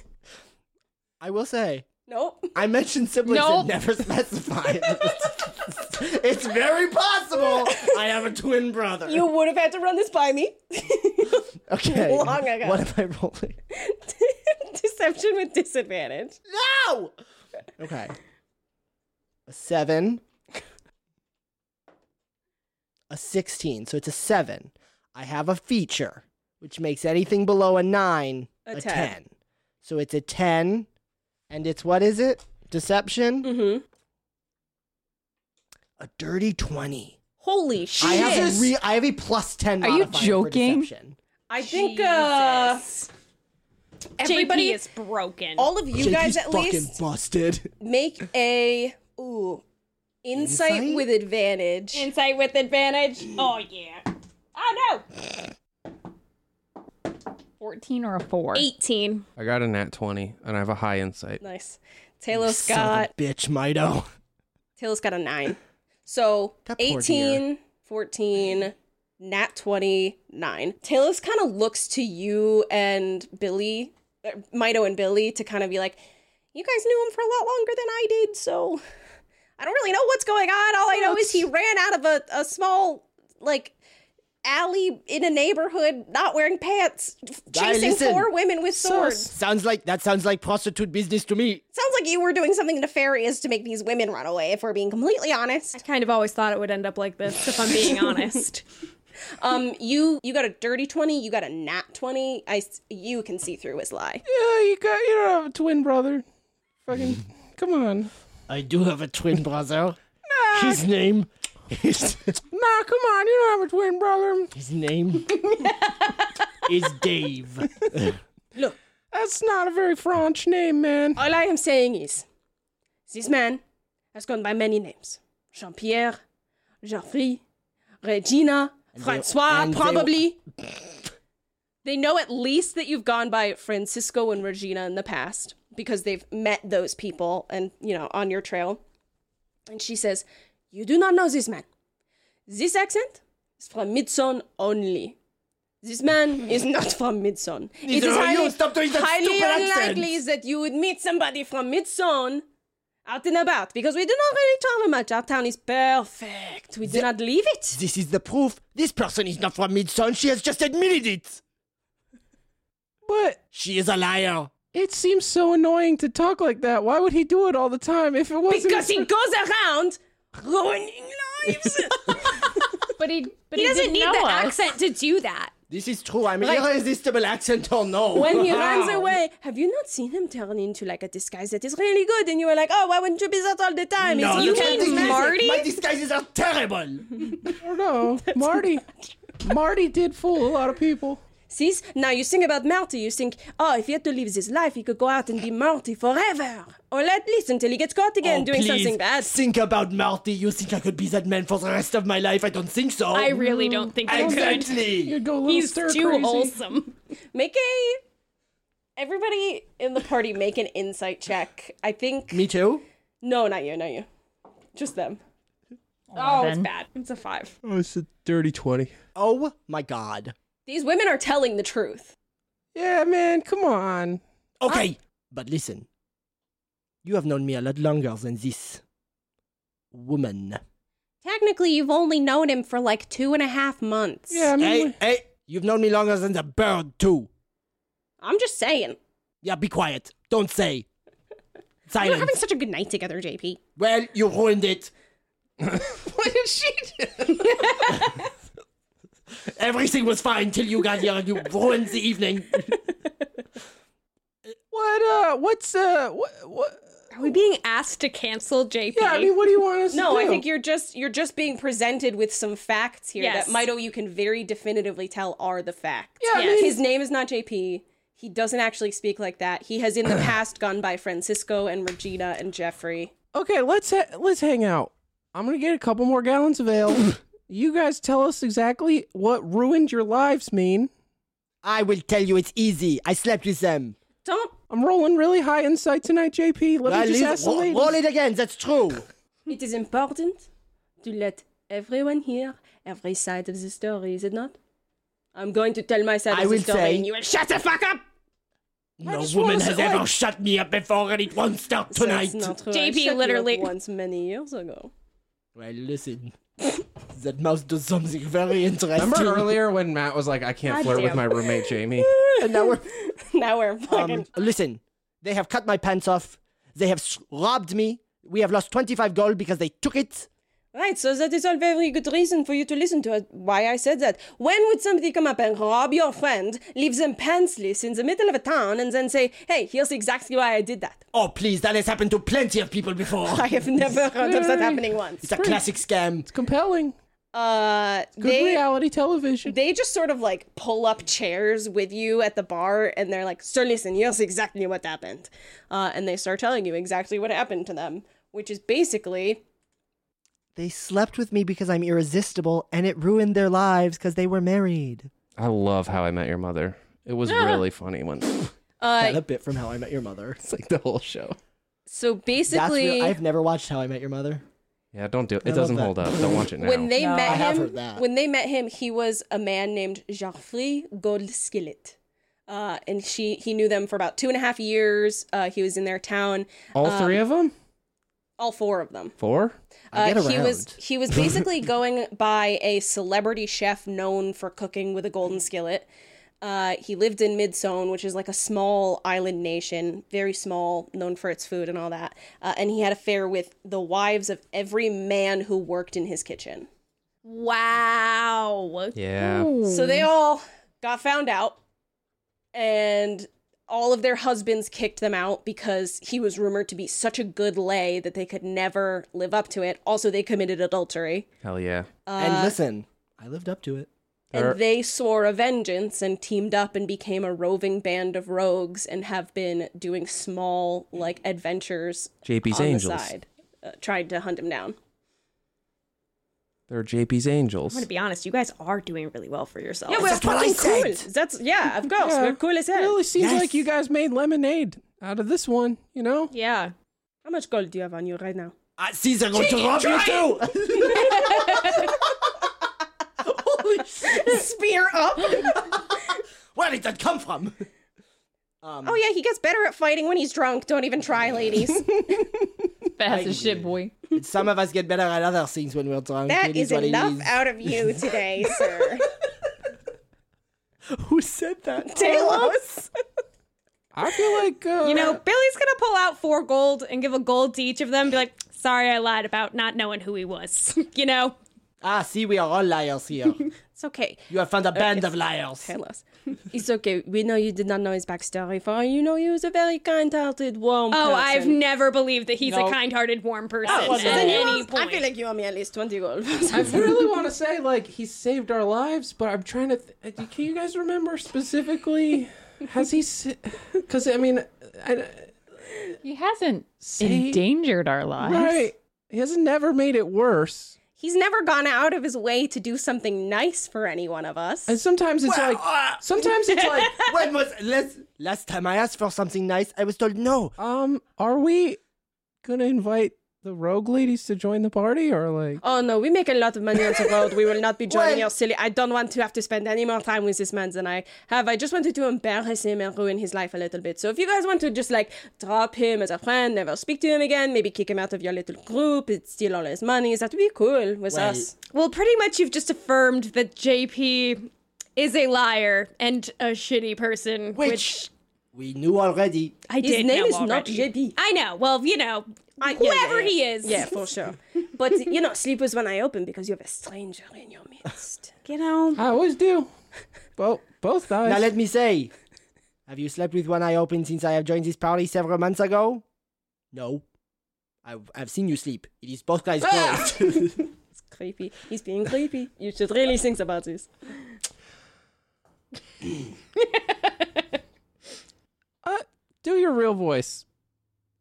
I will say,
Nope.
I mentioned siblings
Nope.
and never specified. it's very possible I have a twin brother.
You would have had to run this by me.
okay?
long ago.
What am I rolling?
deception with disadvantage.
No. Okay. A seven. A 16. So it's a seven. I have a feature, which makes anything below a nine
A
a,
10.
10. So it's a 10. And it's what is it? Deception?
Mm-hmm.
A dirty 20.
Holy shit!
I
I,
have, a re- I have a plus 10.
Are you
modifier for
joking?
deception.
think uh,
Everybody is broken.
all of you
JP's
guys at
fucking
least
busted.
make a ooh insight,
Insight?
with advantage.
Insight with advantage. Oh yeah. Oh no.
14 or a 4.
18.
I got a nat 20 and I have a high insight.
nice. Talos
Son of a
got
bitch, Mido.
Talos got a nine. So
That poor
18, 14, nat 20, 9. Talos kind of looks to you and Billy, uh, Mido and Billy, to kind of be like, you guys knew him for a lot longer than I did, so I don't really know what's going on. All I know is he ran out of a, a small, like, alley in a neighborhood not wearing pants f-
Guy,
chasing
listen.
four women with swords
Sounds like that sounds like prostitute business to me.
sounds like you were doing something nefarious to make these women run away if we're being completely honest
I kind of always thought it would end up like this, if I'm being honest.
Um, you you got a dirty twenty. You got a nat twenty. I s- you can see through his lie.
Yeah, you got you don't have a twin brother. Fucking come on.
I do have a twin brother. His name. His,
Ah, Nah, come on, you don't have a twin brother.
his name is Dave.
That's not a very French name, man.
All I am saying is, this man has gone by many names: Jean Pierre, Geoffrey, Regina, Francois,
and they-
probably. They know at least that you've gone by Francisco and Regina in the past because they've met those people and, you know, on your trail. And she says, You do not know this man. This accent is from Midson only. This man is not from Midson. It
Neither
is
are you.
highly,
Stop doing that
highly
stupid
unlikely that you would meet somebody from Midson out and about because we do not really travel much. Our town is perfect. We do not leave it.
This is the proof. This person is not from Midson. She has just admitted it.
But
She is a liar.
it seems so annoying to talk like that. Why would he do it all the time if it wasn't
because he goes around ruining lives.
But he, but
He doesn't
didn't
need
know
the
us.
accent to do that.
This is true. I'm irresistible accent or no. Ah.
when he runs away, have you not seen him turn into like a disguise that is really good? And you were like, oh, why wouldn't you be that all the time?
No,
It's
you
you
can't
can
disguise it.
Marty.
My disguises are terrible.
I don't know. Marty. Marty did fool a lot of people.
See, now you think about Marty. You think, oh, if he had to live this life, he could go out and be Marty forever, or at least until he gets caught again
oh,
doing
please.
something bad.
Think about Marty. You think I could be that man for the rest of my life? I don't think so.
I really don't think I could.
exactly.
You'd go a little
He's
stir
too
crazy.
wholesome.
Make a. Everybody in the party make an insight check. I think.
Me too.
No, not you, not you. Just them.
Oh, it's
Eleven.
bad. It's a five.
Oh, it's a dirty 20.
Oh my god.
These women are telling the truth.
Yeah, man, come on.
Okay, but listen. You have known me a lot longer than this woman.
Technically, you've only known him for like two and a half months.
Yeah, I mean,
Hey, hey, you've known me longer than the bird, too.
I'm just saying.
Yeah, be quiet. Don't say.
We're having
Silence.
such a good night together, JP.
Well, you ruined it.
what did she do?
Everything was fine till you got here and you ruined the evening.
What, uh, what's, uh, what, what?
Are we being asked to cancel JP?
Yeah, I mean, what do you want us to do?
No, I think you're just you're just being presented with some facts here
Yes.
that Mido you can very definitively tell are the facts.
Yeah, I
Yes.
His name is not JP. He doesn't actually speak like that. He has in the past gone by Francisco and Regina and Jeffrey.
Okay, let's ha- let's hang out. I'm gonna get a couple more gallons of ale. you guys tell us exactly what ruined your lives mean.
I will tell you it's easy. I slept with them.
Don't
I'm rolling really high insight tonight, JP. Let
Well,
me just
leave-
ask the
ro-
ladies.
roll it again. That's true.
it is important to let everyone hear every side of the story, is it not? I'm going to tell my side
I
of the
will
story
say-
and you will shut the fuck up!
No
just
woman
wanna
has
say,
ever
like-
shut me up before and it won't stop tonight.
That's not true. I
JP
shut you up
literally-
once many years ago.
Well, listen. that mouse does something very interesting.
Remember earlier when Matt was like, "I can't flirt with my roommate Jamie."
And now we're
Now we're fucking
Um, listen, they have cut my pants off. They have s- robbed me. We have lost 25 gold because they took it.
Right, so that is all very good reason for you to listen to why I said that. When would somebody come up and rob your friend, leave them pantsless in the middle of a town, and then say, hey, here's exactly why I did that?
Oh, please, that has happened to plenty of people before.
I have never heard of that happening once.
It's a classic scam.
Compelling,
Uh,
good
they,
reality television.
they just sort of like pull up chairs with you at the bar, and they're like, so listen, here's exactly what happened. Uh, and they start telling you exactly what happened to them, which is basically
They slept with me because I'm irresistible and it ruined their lives because they were married.
I love How I Met Your Mother. It was really funny when it's
uh,
Got a bit from How I Met Your Mother.
like the whole show.
so
That's
basically.
real. I've never watched How I Met Your Mother.
Yeah, don't do it.
I
It
love
doesn't
that.
hold up. Don't watch it now.
When they
No.
met
I
have
him,
heard that.
when they met him, he was a man named Geoffrey Goldskillet. Uh, and she, he knew them for about two and a half years. Uh, he was in their town,
All three
um,
of them?
all four of them.
Four?
I
Uh,
get
he was
around.
he was basically going by a celebrity chef known for cooking with a golden skillet. Uh, he lived in Midzone, which is like a small island nation, very small, known for its food and all that. Uh, and he had affair with the wives of every man who worked in his kitchen.
Wow.
Yeah.
So they all got found out, and all of their husbands kicked them out because he was rumored to be such a good lay that they could never live up to it. Also, they committed adultery.
Hell yeah.
uh,
and listen, I lived up to it.
Or-
And they swore a vengeance and teamed up and became a roving band of rogues and have been doing small, like, adventures
JP's
on
Angels.
the side, uh, trying to hunt him down.
They're JP's Angels.
I'm gonna be honest. You guys are doing really well for yourselves.
Yeah,
we're
we're
That's what I fucking
cool.
cool. said.
That's, yeah, of course.
Yeah.
We're cool as
It
hell.
really seems
Yes.
like you guys made lemonade out of this one, you know?
Yeah.
How much gold do you have on you right now?
Uh, Caesar going to rob you too! Holy shit!
Spear up.
Where did that come from? Um,
Oh yeah, he gets better at fighting when he's drunk. Don't even try, ladies.
Fast
I
as shit,
did.
boy.
Some of us get better at other things when we're drunk.
that
It
is
what it
enough
is.
out of you today, sir.
Who said that?
Talos.
I feel like uh,
You know, Billy's gonna pull out four gold and give a gold to each of them. And be like, sorry, I lied about not knowing who he was. you know.
Ah, see, we are all liars here.
It's okay.
you have found a band of liars.
Talos. It's okay. We know you did not know his backstory. For all you know, he was a very kind-hearted, warm.
Oh,
person.
I've never believed that he's a kind-hearted, warm person
Well,
at
so then you
any
owe-
point.
I feel like you owe me at least twenty gold.
I really want to say like he saved our lives, but I'm trying to. Th- uh, can you guys remember specifically? Has he? Because I mean, I,
He hasn't
See?
endangered our lives.
right? He has never made it worse.
He's never gone out of his way to do something nice for any one of us.
And sometimes it's
Well,
like,
uh,
sometimes it's like,
when was last
Oh.
last time I asked for something nice? I was told no.
um, are we gonna invite the rogue ladies to join the party, or like?
Oh no, we make a lot of money on the road. We will not be joining
Well-
your silly. I don't want to have to spend any more time with this man than I have. I just wanted to embarrass him and ruin his life a little bit. So if you guys want to just like drop him as a friend, never speak to him again, maybe kick him out of your little group, and steal all his money, that would be cool with
Well,
us.
Well, pretty much you've just affirmed that JP is a liar and a shitty person. Which,
Which we knew already.
I
His
did
name
know
is not
already.
JP.
I know. Well, you know,
I- yeah, yeah,
whoever
yeah.
he is.
Yeah, for sure. But you know, sleep was when I open because you have a stranger in your midst.
You know.
I always do. Both both eyes.
Now let me say, have you slept with one eye open since I have joined this party several months ago? No. I've, I've seen you sleep. It is both eyes closed.
creepy. He's being creepy. You should really think about this.
uh, do your real voice,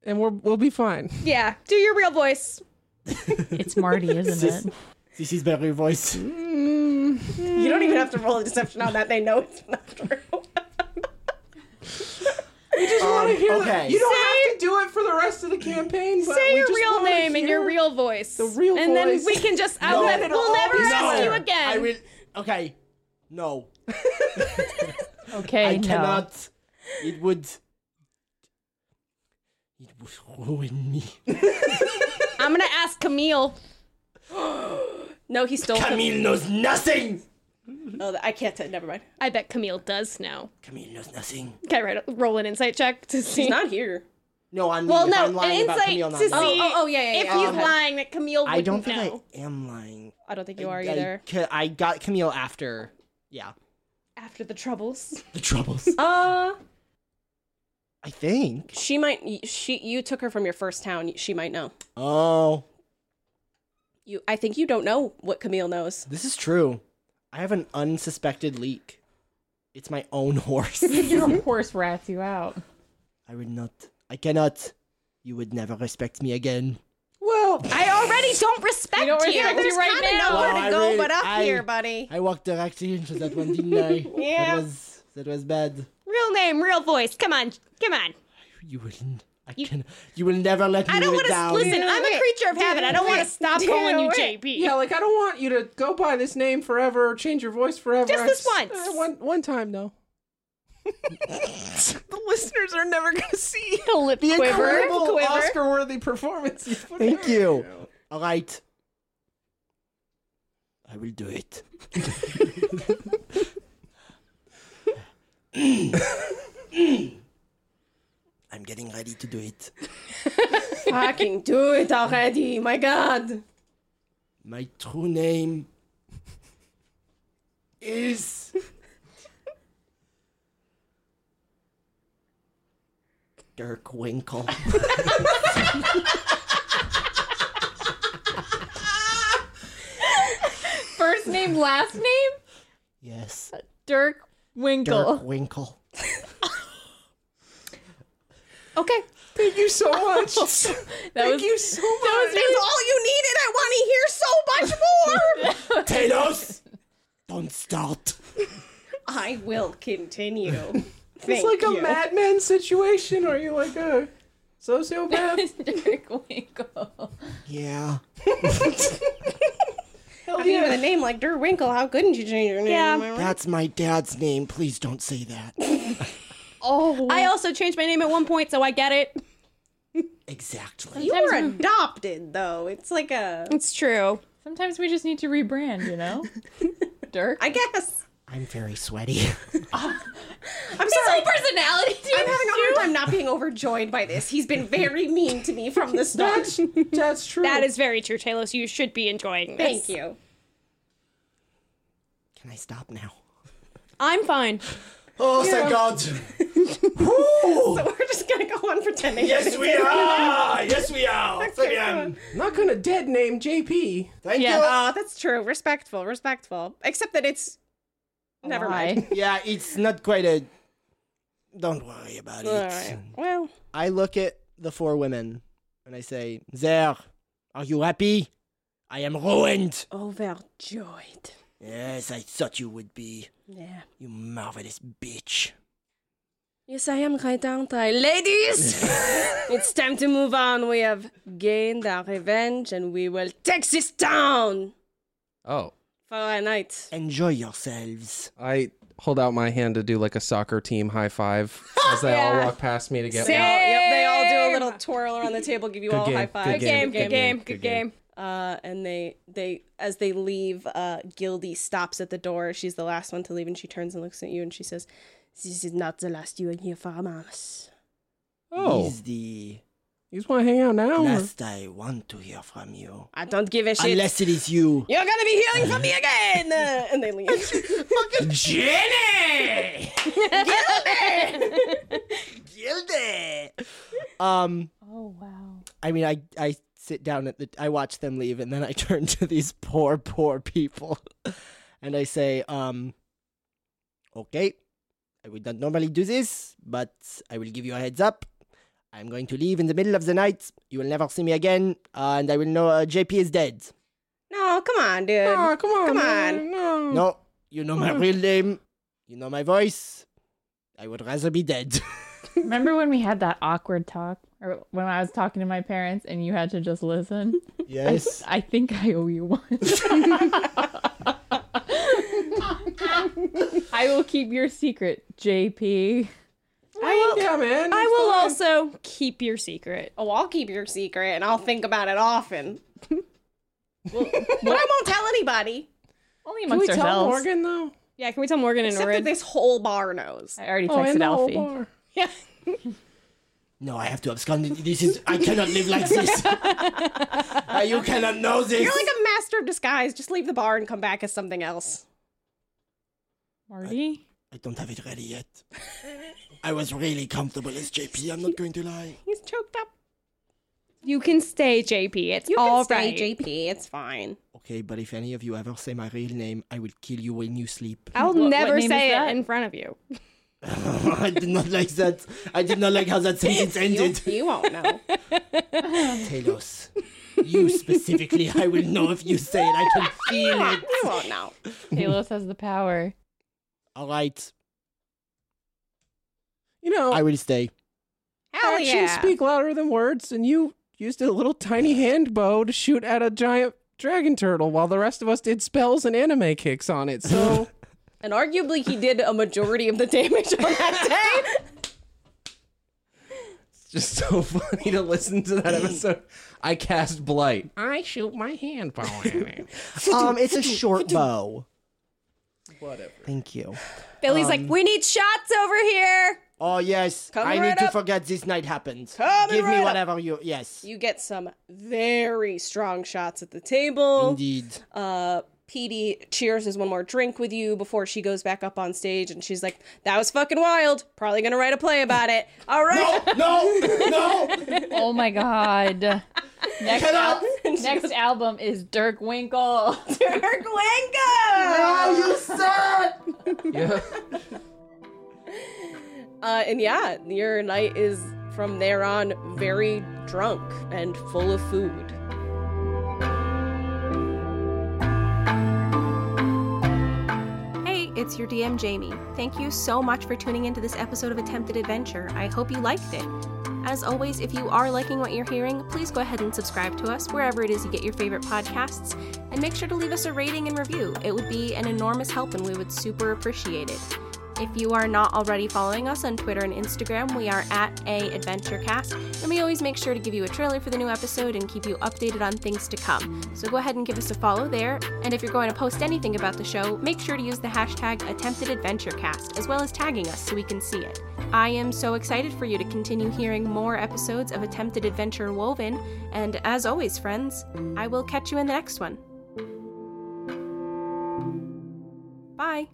and we'll we'll be fine.
Yeah. Do your real voice.
It's Marty, isn't it?
this is better voice.
You don't even have to roll a deception on that. They know it's not true.
Um, okay.
You don't have to do it for the rest of the campaign. But
Say
we
your
just
real
wanna
name and your
hear-
real voice. The
real
and then
voice.
we can just. I'll
No.
never, we'll never
No.
ask you again.
I will. Okay. No.
Okay,
I
no.
cannot. It would. It would ruin me.
I'm gonna ask Camille.
No, he stole. Camille.
Camille knows nothing.
Oh, I can't. T- never mind.
I bet Camille does know.
Camille knows nothing.
Okay, right. Roll an insight check to see.
He's not here.
No, I'm.
well,
if
no,
I'm
an
lying about
insight
Camille not
to see
knowing.
Oh, oh, yeah, yeah,
if
yeah,
he's
okay.
lying that Camille wouldn't
I don't think
know.
I am lying.
I don't think you are
I,
either.
ca- I got Camille after. Yeah.
After the troubles.
The troubles.
Uh,
I think.
she might. She you took her from your first town. She might know.
Oh,
You. I think you don't know what Camille knows.
this is true. I have an unsuspected leak. It's my own horse.
Your horse rats you out.
I would not. I cannot. You would never respect me again.
Well,
I already don't respect
don't
you.
respect you right
kinda
now.
nowhere
Well, I really- I-
buddy.
I walked directly into that one, didn't I?
Yeah.
That was that was bad.
Real name, real voice. Come on, come on.
You wouldn't. I can. You will never let me
I don't
live
want
it
to
down.
listen. I'm a creature of habit. I don't want to stop calling you JP.
yeah, like I don't want you to go by this name forever, change your voice forever.
Just
I
this once.
uh, one one time, though. the listeners are never gonna see
The lip quiver.
Oscar-worthy performance.
Thank you. All right. I will do it. I'm getting ready to do it.
Fucking do it already! My God.
My true name is. Dirk Winkle.
First name, last name?
Yes.
Dirk
Dirk
Winkle.
Winkle.
Okay.
Thank you so much. Thank you so much.
That's all you needed. I want to hear so much more.
Potatoes! Don't start.
I will continue.
it's
Thank
like
you.
a madman situation. Are you like a sociopath?
Dirk Winkle.
Yeah.
I mean, with a name like Derwinkle, how couldn't you change your name?
Yeah.
That's my dad's name. Please don't say that.
Oh,
I also changed my name at one point, so I get it.
Exactly.
You were adopted, though. It's like a.
It's true.
sometimes we just need to rebrand, you know? Dirk.
I guess.
I'm very sweaty.
I'm sorry.
personality
I'm having a hard time not being overjoyed by this. He's been very mean to me from the start.
that's, that's true.
That is very true, Talos. You should be enjoying this.
Thank you.
Can I stop now?
I'm fine.
Oh, thank God.
We're just gonna go on pretending.
yes, we are. Yes, we are.
I'm not gonna dead name JP.
Thank
Oh, that's true. Respectful, respectful. Except that it's. Never mind.
you. Yeah, it's not quite a. Don't worry about it.
All right. Well,
I look at the four women and I say, There, are you happy? I am ruined.
overjoyed.
Yes, I thought you would be.
Yeah.
You marvelous bitch.
Yes, I am right, aren't I? Ladies, it's time to move on. We have gained our revenge and we will take this town
Oh,
for a night.
Enjoy yourselves.
I hold out my hand to do like a soccer team high five as they all walk past me to get
They all,
one.
yep, they all do a little twirl around the table, give you all a high five.
good game, good game.
Uh, and they they as they leave, uh, Gildy stops at the door. She's the last one to leave, and she turns and looks at you, and she says, "This is not the last you in here, Faramas."
Oh,
Is the
you just want to hang out now? or-
last I want to hear from you.
I don't give a Oh. shit.
Unless it is you.
You're gonna be hearing from me again. Uh, and they leave.
Jenny! Gildy! Um,
Oh wow.
I mean, I, I sit down at the, I watch them leave and then I turn to these poor, poor people and I say, um, okay, I would not normally do this, but I will give you a heads up. I'm going to leave in the middle of the night. You will never see me again, uh, and I will know uh, JP is dead.
no, come on, dude.
Aw, Ah, come on,
Come
man, No.
No, you know my real name. You know my voice. I would rather be dead.
Remember when we had that awkward talk, or when I was talking to my parents and you had to just listen?
Yes.
I think I owe you one. I will keep your secret, JP.
I will,
Yeah, man.
I will also keep your secret.
Oh, I'll keep your secret, and I'll think about it often. but I won't tell anybody.
Only
Can we
amongst
tell
ourselves.
Morgan though?
Yeah, can we tell Morgan and Oh,
Except that
Orid?
this whole bar knows.
I already texted
and the whole
Alfie.
bar.
No, I have to abscond. This is. I cannot live like this. Uh, you cannot know this.
You're like a master of disguise. Just leave the bar and come back as something else.
Marty?
I don't have it ready yet. I was really comfortable as JP. I'm not going to lie.
He's choked up.
You can stay, JP. It's
You can
all right.
stay, JP. It's fine.
Okay, but if any of you ever say my real name, I will kill you when you sleep.
I'll
What- what
never
name is
say
that?
it in front of you.
I did not like that. I did not like how that sentence
You,
ended.
you won't know.
Talos, you specifically. I will know if you say it. I can feel it.
you won't know.
Talos has the power.
All right,
You know,
I will stay.
Oh,
Hell
actions
yeah.
speak louder than words, and you used a little tiny hand bow to shoot at a giant dragon turtle, while the rest of us did spells and anime kicks on it. So
And arguably, he did a majority of the damage on that day.
it's just so funny to listen to that episode. I cast blight. I shoot my hand bow at it.
Um, it's a short bow.
Whatever.
Thank you.
Billy's like,
Um,
we need shots over here.
Oh yes,
Coming
I need
right
to
up.
forget this night happened.
Coming
Give
right
me
up.
whatever you. Yes,
You get some very strong shots at the table.
indeed.
uh Petey cheers us one more drink with you before she goes back up on stage and she's like, That was fucking wild. Probably gonna write a play about it. All right.
no, no.
Oh my god. Next, al- next album is Dirk Winkle.
Dirk Wingo!
you said.
Yeah.
Uh, and yeah, your night is from there on very drunk and full of food.
Hey, it's your DM Jamie. Thank you so much for tuning into this episode of Attempted Adventure. I hope you liked it. As always, if you are liking what you're hearing, please go ahead and subscribe to us wherever it is you get your favorite podcasts, and make sure to leave us a rating and review. It would be an enormous help and we would super appreciate it. If you are not already following us on Twitter and Instagram, we are at A AdventureCast, and we always make sure to give you a trailer for the new episode and keep you updated on things to come. So go ahead and give us a follow there. And if you're going to post anything about the show, make sure to use the hashtag AttemptedAdventureCast, as well as tagging us so we can see it. I am so excited for you to continue hearing more episodes of Attempted Adventure Woven, and as always, friends, I will catch you in the next one. Bye!